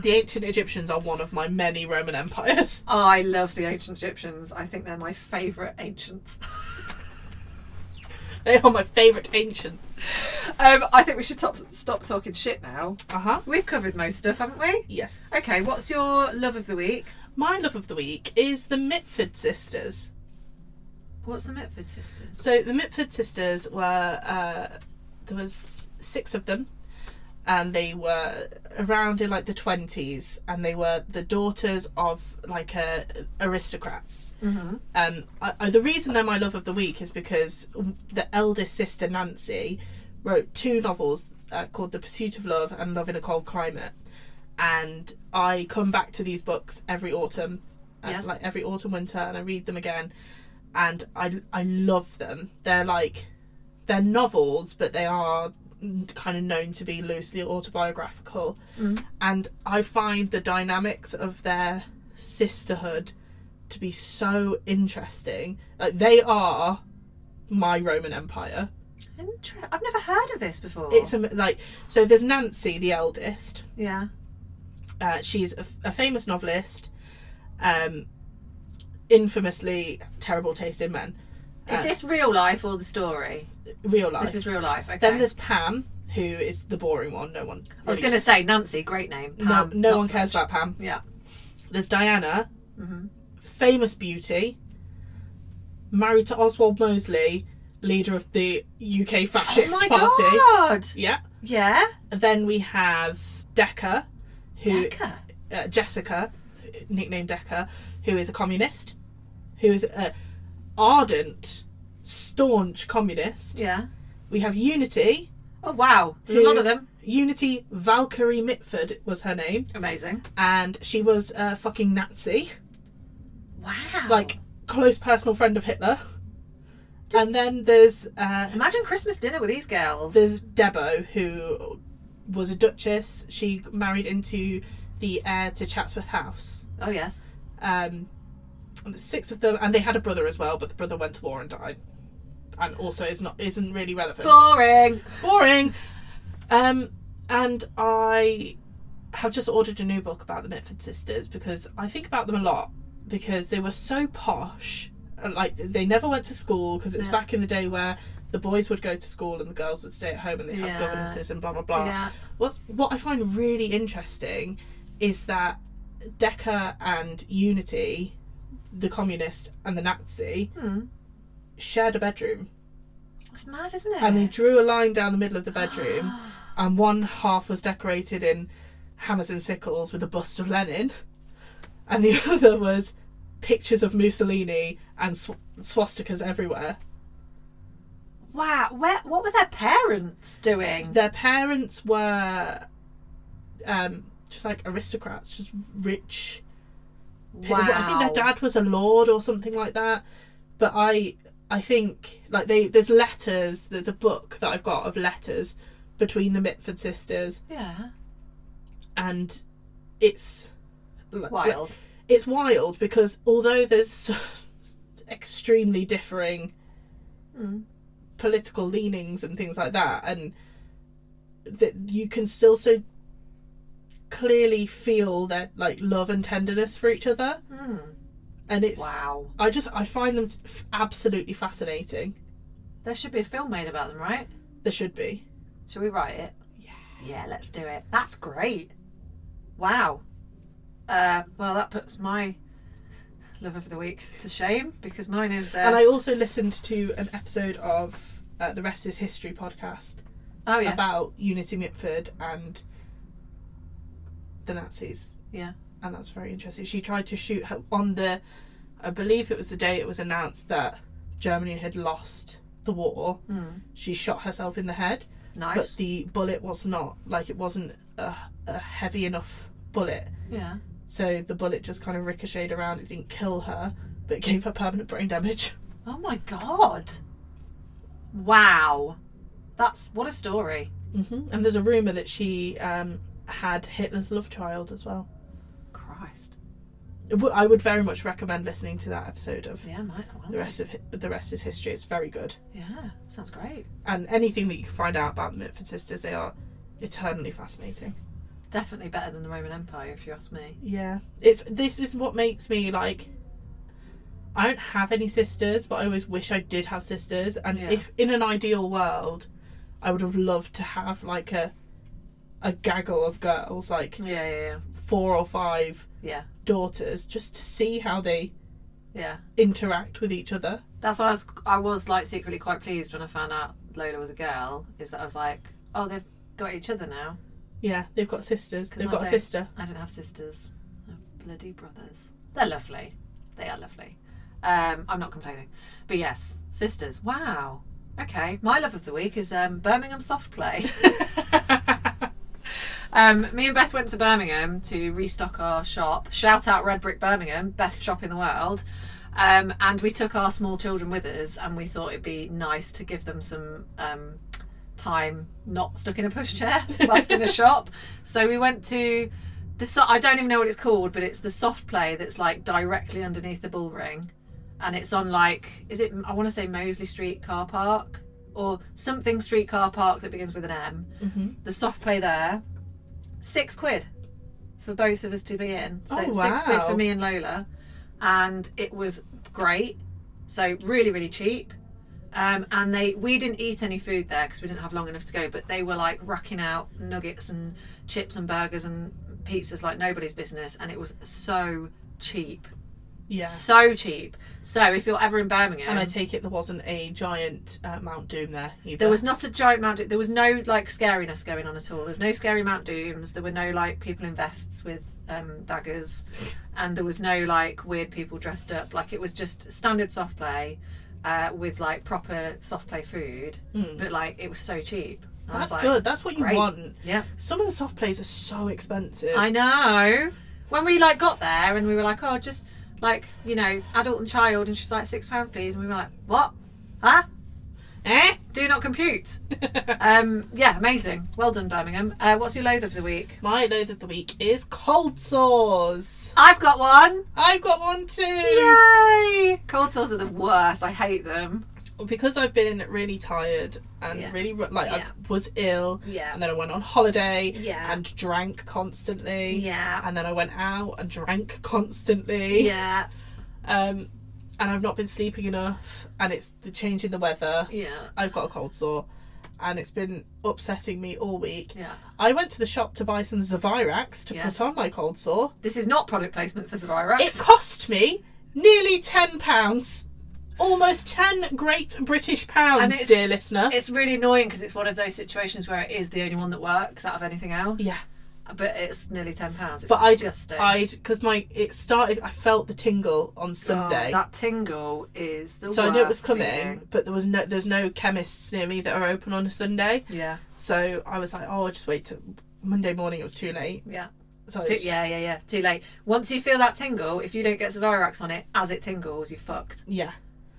Speaker 2: The ancient Egyptians are one of my many Roman empires.
Speaker 1: I love the ancient Egyptians. I think they're my favourite ancients.
Speaker 2: They are my favourite ancients.
Speaker 1: Um, I think we should top, stop talking shit now.
Speaker 2: Uh huh.
Speaker 1: We've covered most stuff, haven't we?
Speaker 2: Yes.
Speaker 1: Okay, what's your love of the week?
Speaker 2: My love of the week is the Mitford sisters.
Speaker 1: What's the Mitford sisters?
Speaker 2: So the Mitford sisters were uh, there was six of them, and they were around in like the twenties, and they were the daughters of like uh, aristocrats.
Speaker 1: Mm-hmm.
Speaker 2: Um, I, I, the reason they're my love of the week is because the eldest sister Nancy wrote two novels uh, called The Pursuit of Love and Love in a Cold Climate, and I come back to these books every autumn, uh,
Speaker 1: Yes.
Speaker 2: like every autumn winter, and I read them again, and I I love them. They're like they're novels, but they are mm, kind of known to be loosely autobiographical, and I find the dynamics of their sisterhood to be so interesting. Like they are my Roman Empire.
Speaker 1: Inter- I've never heard of this before.
Speaker 2: It's am- like so. There's Nancy, the eldest.
Speaker 1: yeah.
Speaker 2: Uh, she's a, a famous novelist, um, infamously terrible taste in men.
Speaker 1: Is
Speaker 2: Uh,
Speaker 1: this real life or the story?
Speaker 2: Real life.
Speaker 1: This is real life. Okay.
Speaker 2: Then there's Pam, who is the boring one. No one.
Speaker 1: I was
Speaker 2: really-
Speaker 1: going to say Nancy, great name.
Speaker 2: No,
Speaker 1: Pam,
Speaker 2: no
Speaker 1: not
Speaker 2: one
Speaker 1: so
Speaker 2: cares
Speaker 1: much.
Speaker 2: about Pam.
Speaker 1: Yeah.
Speaker 2: There's Diana,
Speaker 1: Mhm.
Speaker 2: famous beauty, married to Oswald Mosley, leader of the UK
Speaker 1: Oh
Speaker 2: fascist
Speaker 1: my
Speaker 2: party.
Speaker 1: god!
Speaker 2: Yeah.
Speaker 1: Yeah.
Speaker 2: Then we have Decker, who
Speaker 1: Decker.
Speaker 2: uh, Jessica, nicknamed Decker, who is a communist, who is a ardent, staunch communist.
Speaker 1: Yeah.
Speaker 2: We have Unity.
Speaker 1: Oh wow! There's a
Speaker 2: who-
Speaker 1: lot of them.
Speaker 2: Unity Valkyrie Mitford was her name,
Speaker 1: Amazing.
Speaker 2: and she was a fucking Nazi,
Speaker 1: Wow.
Speaker 2: like close personal friend of Hitler. And then there's uh,
Speaker 1: Imagine Christmas dinner with these girls.
Speaker 2: There's Debo, who was a duchess. She married into the heir to Chatsworth House.
Speaker 1: oh yes.
Speaker 2: Um, and the six of them, and they had a brother as well, but the brother went to war and died, and also is not isn't really relevant.
Speaker 1: Boring.
Speaker 2: Boring. Um, and I have just ordered a new book about the Mitford sisters because I think about them a lot because they were so posh. Uh, like they never went to school because it's
Speaker 1: Yeah.
Speaker 2: back in the day where the boys would go to school and the girls would stay at home and they have
Speaker 1: Yeah.
Speaker 2: governesses and blah blah blah.
Speaker 1: yeah,
Speaker 2: What's what I find really interesting is that Decca and Unity, the communist and the Nazi,
Speaker 1: Hmm.
Speaker 2: shared a bedroom
Speaker 1: it's mad, isn't it?
Speaker 2: and they drew a line down the middle of the bedroom and one half was decorated in hammers and sickles with a bust of Lenin and the other was pictures of Mussolini and sw- swastikas everywhere.
Speaker 1: wow, where, what were their parents doing?
Speaker 2: Their parents were um, just like aristocrats, just rich
Speaker 1: Wow,
Speaker 2: Well, I think their dad was a lord or something like that. But I I think like they there's letters, there's a book that I've got of letters between the Mitford sisters
Speaker 1: yeah,
Speaker 2: and it's like- like-
Speaker 1: wild.
Speaker 2: it's wild because although there's extremely differing
Speaker 1: Hmm.
Speaker 2: Mm-hmm. political leanings and things like that and that you can still so clearly feel that like love and tenderness for each other
Speaker 1: Hmm.
Speaker 2: and it's
Speaker 1: Wow,
Speaker 2: I just I find them f- absolutely fascinating.
Speaker 1: there should be a film made about them, right?
Speaker 2: There should be.
Speaker 1: Shall we write it? Yeah. Yeah, let's do it. That's great. Wow. Uh, well, that puts my love of the week to shame because mine is. Uh,
Speaker 2: And I also listened to an episode of uh, the Rest Is History podcast
Speaker 1: oh yeah,
Speaker 2: about Unity Mitford and the Nazis,
Speaker 1: yeah.
Speaker 2: and that's very interesting. She tried to shoot her on the, I believe it was the day it was announced that Germany had lost the war.
Speaker 1: Mm.
Speaker 2: She shot herself in the head, but
Speaker 1: Nice.
Speaker 2: the bullet was not like it wasn't a, a heavy enough bullet
Speaker 1: yeah.
Speaker 2: So the bullet just kind of ricocheted around. It didn't kill her, but it gave her permanent brain damage.
Speaker 1: Oh my god. Wow. That's what a story.
Speaker 2: hmm And there's a rumor that she um, had Hitler's love child as well.
Speaker 1: Christ.
Speaker 2: It would- I would very much recommend listening to that episode of
Speaker 1: Yeah, mate. I will
Speaker 2: the
Speaker 1: do.
Speaker 2: rest of hi- the rest is history. It's very good,
Speaker 1: Yeah. Sounds great.
Speaker 2: and anything that you can find out about the Mitford sisters, they are eternally fascinating.
Speaker 1: Definitely better than the Roman Empire, if you ask me.
Speaker 2: Yeah, it's this is what makes me like. I don't have any sisters, but I always wish I did have sisters. And
Speaker 1: Yeah.
Speaker 2: if in an ideal world, I would have loved to have like a a gaggle of girls, like
Speaker 1: Yeah, yeah, yeah.
Speaker 2: four or five
Speaker 1: Yeah,
Speaker 2: daughters, just to see how they
Speaker 1: yeah.
Speaker 2: interact with each other.
Speaker 1: That's why I was, I was like secretly quite pleased when I found out Lola was a girl. Is that I was like, oh, they've got each other now.
Speaker 2: Yeah, they've got sisters.
Speaker 1: 'Cause
Speaker 2: They've
Speaker 1: I
Speaker 2: got a
Speaker 1: don't-
Speaker 2: sister.
Speaker 1: I don't have sisters. I have bloody brothers. They're lovely. They are lovely. Um, I'm not complaining. But yes, sisters. Wow. Okay. My love of the week is um, Birmingham soft play. Um, me and Beth went to Birmingham to restock our shop. Shout out Red Brick Birmingham, best shop in the world. Um, and we took our small children with us, and we thought it'd be nice to give them some um, time not stuck in a pushchair whilst in a shop. So we went to the so- I don't even know what it's called, but it's the soft play that's like directly underneath the bull ring, and it's on like is it I want to say Mosley Street car park or something street car park that begins with an M.
Speaker 2: Mhm.
Speaker 1: The soft play there six quid for both of us to be in. So
Speaker 2: Oh,
Speaker 1: six quid
Speaker 2: wow.
Speaker 1: for me and Lola, and it was great. So really, really cheap. Um, and they we didn't eat any food there because we didn't have long enough to go. But they were like racking out nuggets and chips and burgers and pizzas like nobody's business, and it was so cheap,
Speaker 2: Yeah.
Speaker 1: so cheap. So if you're ever in Birmingham,
Speaker 2: And I take it there wasn't a giant uh, Mount Doom there either.
Speaker 1: There was not a giant Mount Doom. There was no like scariness going on at all. There was no scary Mount Dooms. There were no like people in vests with um, daggers, and there was no like weird people dressed up. Like it was just standard soft play uh, with like proper soft play food,
Speaker 2: Mm.
Speaker 1: but like it was so cheap. I was
Speaker 2: That's
Speaker 1: like,
Speaker 2: good. That's what you
Speaker 1: great.
Speaker 2: want.
Speaker 1: Yeah,
Speaker 2: Some of the soft plays are so expensive.
Speaker 1: I know. When we like got there and we were like, oh, just like you know, adult and child, and she's like six pounds, please, and we were like, what? Huh?
Speaker 2: Eh?
Speaker 1: Do not compute. Um, yeah, amazing. Well done, Birmingham. Uh, what's your loathe of the week?
Speaker 2: My loath of the week is cold sores.
Speaker 1: I've got one.
Speaker 2: I've got one too.
Speaker 1: Yay! Cold sores are the worst. I hate them.
Speaker 2: Because I've been really tired and
Speaker 1: Yeah.
Speaker 2: really ru- like
Speaker 1: Yeah.
Speaker 2: I was ill,
Speaker 1: Yeah.
Speaker 2: and then I went on holiday
Speaker 1: Yeah.
Speaker 2: and drank constantly,
Speaker 1: Yeah.
Speaker 2: and then I went out and drank constantly.
Speaker 1: Yeah.
Speaker 2: Um, and I've not been sleeping enough, and it's the change in the weather.
Speaker 1: Yeah.
Speaker 2: I've got a cold sore, and it's been upsetting me all week.
Speaker 1: Yeah.
Speaker 2: I went to the shop to buy some Zavirax to
Speaker 1: Yeah.
Speaker 2: put on my cold sore.
Speaker 1: This is not product placement for Zavirax.
Speaker 2: It cost me nearly ten pounds, almost ten great British
Speaker 1: And
Speaker 2: pounds,
Speaker 1: it's-
Speaker 2: dear listener.
Speaker 1: it's really annoying because it's one of those situations where it is the only one that works out of anything else.
Speaker 2: Yeah.
Speaker 1: But it's nearly ten pounds. It's
Speaker 2: But I
Speaker 1: disgusting.
Speaker 2: I because my it started. I felt the tingle on
Speaker 1: God,
Speaker 2: Sunday.
Speaker 1: Oh, that tingle is the
Speaker 2: so I knew it was
Speaker 1: worst
Speaker 2: coming,
Speaker 1: feeling.
Speaker 2: but there was no there's no chemists near me that are open on a Sunday.
Speaker 1: Yeah,
Speaker 2: So I was like, oh, I'll just wait till Monday morning. It was too late.
Speaker 1: yeah.
Speaker 2: So
Speaker 1: Too,
Speaker 2: it's-
Speaker 1: yeah, yeah, yeah. Too late. Once you feel that tingle, if you don't get Zavirax on it as it tingles, you're fucked.
Speaker 2: yeah.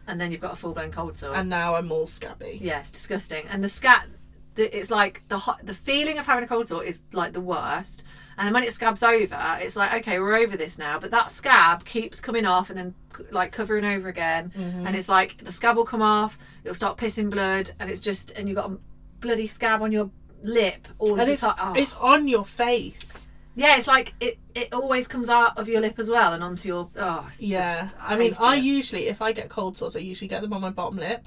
Speaker 1: And then you've got a full blown cold sore.
Speaker 2: And now I'm all scabby.
Speaker 1: yeah, it's disgusting. And the scat, the, it's like the hot, the feeling of having a cold sore is like the worst. And then when it scabs over, it's like okay, we're over this now. But that scab keeps coming off and then c- like covering over again.
Speaker 2: Mm-hmm.
Speaker 1: And it's like the scab will come off, it'll start pissing blood, and it's just and you've got a bloody scab on your lip all
Speaker 2: And
Speaker 1: the
Speaker 2: it's
Speaker 1: time. Oh.
Speaker 2: it's on your face.
Speaker 1: Yeah, it's like it, it always comes out of your lip as well and onto your oh it's
Speaker 2: Yeah.
Speaker 1: just-
Speaker 2: I, mean,
Speaker 1: hate
Speaker 2: I
Speaker 1: it.
Speaker 2: usually if I get cold sores, I usually get them on my bottom lip.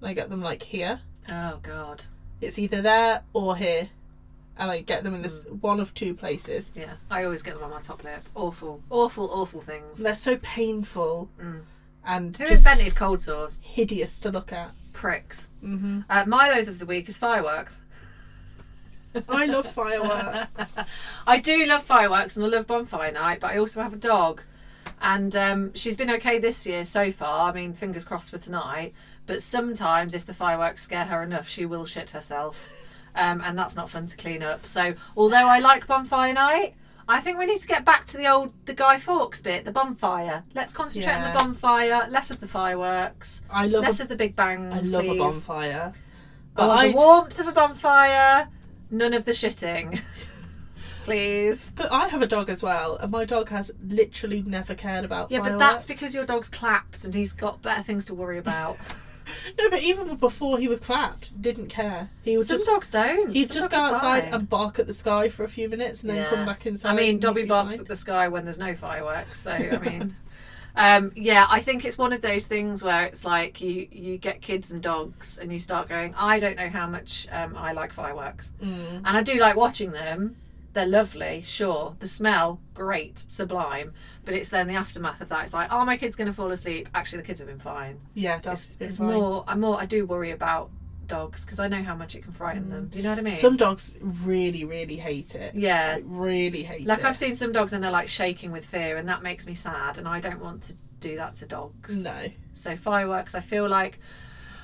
Speaker 2: And I get them like here.
Speaker 1: oh god
Speaker 2: It's either there or here. And I get them in this one of two places.
Speaker 1: yeah I always get them on my top lip awful awful awful things
Speaker 2: They're so painful and
Speaker 1: who
Speaker 2: just
Speaker 1: invented cold sores
Speaker 2: hideous to look at.
Speaker 1: pricks
Speaker 2: Mm-hmm.
Speaker 1: uh, my loath of the week is fireworks
Speaker 2: I love fireworks.
Speaker 1: I do love fireworks and I love bonfire night but I also have a dog and um, she's been okay this year so far I mean fingers crossed for tonight but sometimes if the fireworks scare her enough she will shit herself um, and that's not fun to clean up. So, although I like bonfire night, I think we need to get back to the old the Guy Fawkes bit, the bonfire. Let's concentrate on
Speaker 2: Yeah.
Speaker 1: the bonfire, less of the fireworks,
Speaker 2: I love
Speaker 1: less
Speaker 2: a,
Speaker 1: of the big bangs.
Speaker 2: I love a
Speaker 1: please.
Speaker 2: bonfire.
Speaker 1: I
Speaker 2: But
Speaker 1: want
Speaker 2: I
Speaker 1: the
Speaker 2: just-
Speaker 1: warmth of a bonfire, none of the shitting, please.
Speaker 2: But I have a dog as well, and my dog has literally never cared about.
Speaker 1: Yeah, but
Speaker 2: fireworks.
Speaker 1: that's because your dog's clapped and he's got better things to worry about.
Speaker 2: no. But even before he was clapped, didn't care. He was
Speaker 1: Some
Speaker 2: just
Speaker 1: dogs don't.
Speaker 2: he'd
Speaker 1: Some
Speaker 2: just go
Speaker 1: dogs are
Speaker 2: outside
Speaker 1: fine.
Speaker 2: and bark at the sky for a few minutes and then
Speaker 1: Yeah.
Speaker 2: come back inside.
Speaker 1: I mean,
Speaker 2: and he'd
Speaker 1: Dobby
Speaker 2: be
Speaker 1: barks
Speaker 2: fine.
Speaker 1: at the sky when there's no fireworks. So I mean, um, yeah, I think it's one of those things where it's like you you get kids and dogs, and you start going, I don't know how much um, I like fireworks,
Speaker 2: Mm.
Speaker 1: and I do like watching them. They're lovely, sure. The smell, great, sublime. But it's then the aftermath of that. It's like, oh, my kid's going to fall asleep. Actually, the kids have been fine.
Speaker 2: Yeah,
Speaker 1: It's,
Speaker 2: Darcy's been
Speaker 1: it's
Speaker 2: fine.
Speaker 1: more. I'm more. I do worry about dogs because I know how much it can frighten them. Do you know what I mean?
Speaker 2: Mm. Some dogs really, really hate it.
Speaker 1: yeah.
Speaker 2: Like, really hate
Speaker 1: Like
Speaker 2: it.
Speaker 1: I've seen some dogs and they're like shaking with fear, and that makes me sad. And I don't want to do that to dogs.
Speaker 2: No.
Speaker 1: So fireworks, I feel like.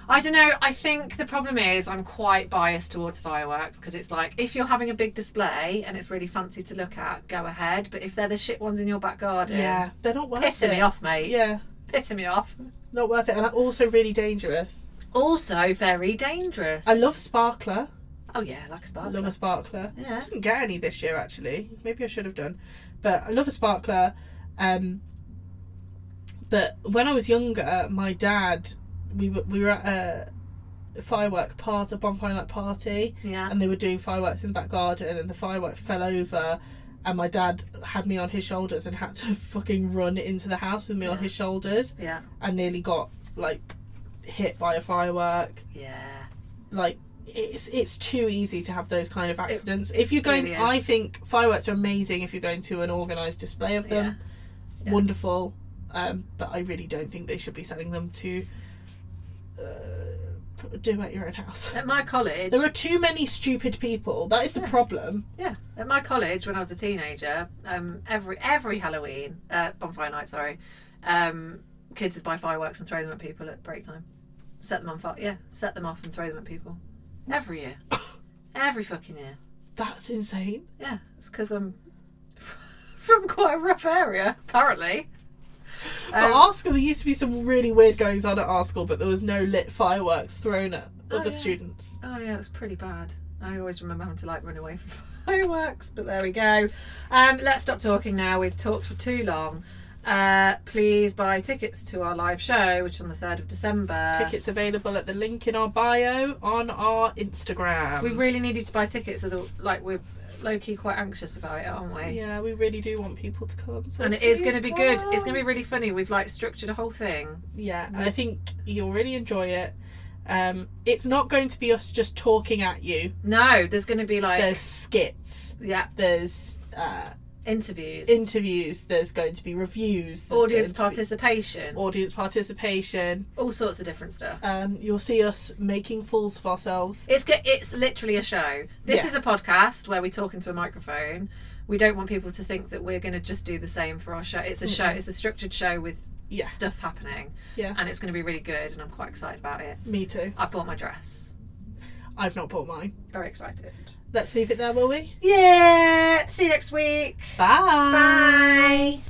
Speaker 1: I don't know. I think the problem is I'm quite biased towards fireworks because it's like if you're having a big display and it's really fancy to look at, go ahead. But if they're the shit ones in your back garden,
Speaker 2: Yeah, they're not worth
Speaker 1: pissing
Speaker 2: it.
Speaker 1: me off, mate.
Speaker 2: Yeah,
Speaker 1: Pissing me off.
Speaker 2: not worth it, and also really dangerous.
Speaker 1: Also very dangerous.
Speaker 2: I love a sparkler.
Speaker 1: oh yeah, like a
Speaker 2: I
Speaker 1: sparkler.
Speaker 2: love a sparkler.
Speaker 1: yeah.
Speaker 2: I didn't get any this year actually. Maybe I should have done. But I love a sparkler. Um, but when I was younger, my dad, we were we were at a firework party, a bonfire night party,
Speaker 1: Yeah.
Speaker 2: and they were doing fireworks in the back garden, and the firework fell over. And my dad had me on his shoulders and had to fucking run into the house with me on
Speaker 1: Yeah.
Speaker 2: his shoulders.
Speaker 1: Yeah.
Speaker 2: I nearly got like hit by a firework
Speaker 1: Yeah.
Speaker 2: like it's it's too easy to have those kind of accidents. if you're going,
Speaker 1: really is.
Speaker 2: I think fireworks are amazing if you're going to an organised display of them.
Speaker 1: Yeah.
Speaker 2: Wonderful, um, but I really don't think they should be selling them to uh, p- do at your own house.
Speaker 1: At my college,
Speaker 2: There are too many stupid people. That is the
Speaker 1: Yeah.
Speaker 2: problem.
Speaker 1: Yeah, at my college when I was a teenager, um, every every Halloween, uh, bonfire night, sorry, um, kids would buy fireworks and throw them at people at break time, set them on fire. Yeah, set them off and throw them at people. Every year, every fucking year.
Speaker 2: That's insane.
Speaker 1: Yeah, it's because I'm from quite a rough area, apparently.
Speaker 2: at
Speaker 1: Um,
Speaker 2: our school, there used to be some really weird goings on at our school, but there was no lit fireworks thrown at
Speaker 1: Oh,
Speaker 2: other
Speaker 1: yeah.
Speaker 2: students.
Speaker 1: Oh yeah, it was pretty bad. I always remember having to like run away from fireworks, but there we go. Um, let's stop talking now. We've talked for too long. Uh, please buy tickets to our live show, which is on the 3rd of December.
Speaker 2: Tickets available at the link in our bio on our Instagram.
Speaker 1: We really needed to buy tickets, so the, like we're low key quite anxious about it, aren't we?
Speaker 2: yeah, we really do want people to come. So
Speaker 1: And it is going to be
Speaker 2: please
Speaker 1: good. It's Mm-hmm.
Speaker 2: come.
Speaker 1: going to be really funny. We've like structured a whole thing.
Speaker 2: Yeah, I think you'll really enjoy it. Um, it's not going to be us just talking at you.
Speaker 1: No, there's going to be like
Speaker 2: There's skits.
Speaker 1: yeah
Speaker 2: There's uh,
Speaker 1: interviews,
Speaker 2: interviews. There's going to be reviews. there's
Speaker 1: audience
Speaker 2: going to be
Speaker 1: participation,
Speaker 2: Audience participation.
Speaker 1: all sorts of different stuff.
Speaker 2: Um, you'll see us making fools of ourselves.
Speaker 1: It's go- it's literally a show. This
Speaker 2: Yeah.
Speaker 1: is a podcast where we talk into a microphone. We don't want people to think that we're going to just do the same for our show. It's a show. It's a structured show with
Speaker 2: Yeah.
Speaker 1: stuff happening.
Speaker 2: Yeah.
Speaker 1: and it's going to be really good, and I'm quite excited about it.
Speaker 2: Me too.
Speaker 1: I bought my dress.
Speaker 2: I've not bought mine.
Speaker 1: Very excited.
Speaker 2: Let's leave it there, will we?
Speaker 1: Yeah. See you next week.
Speaker 2: Bye.
Speaker 1: Bye.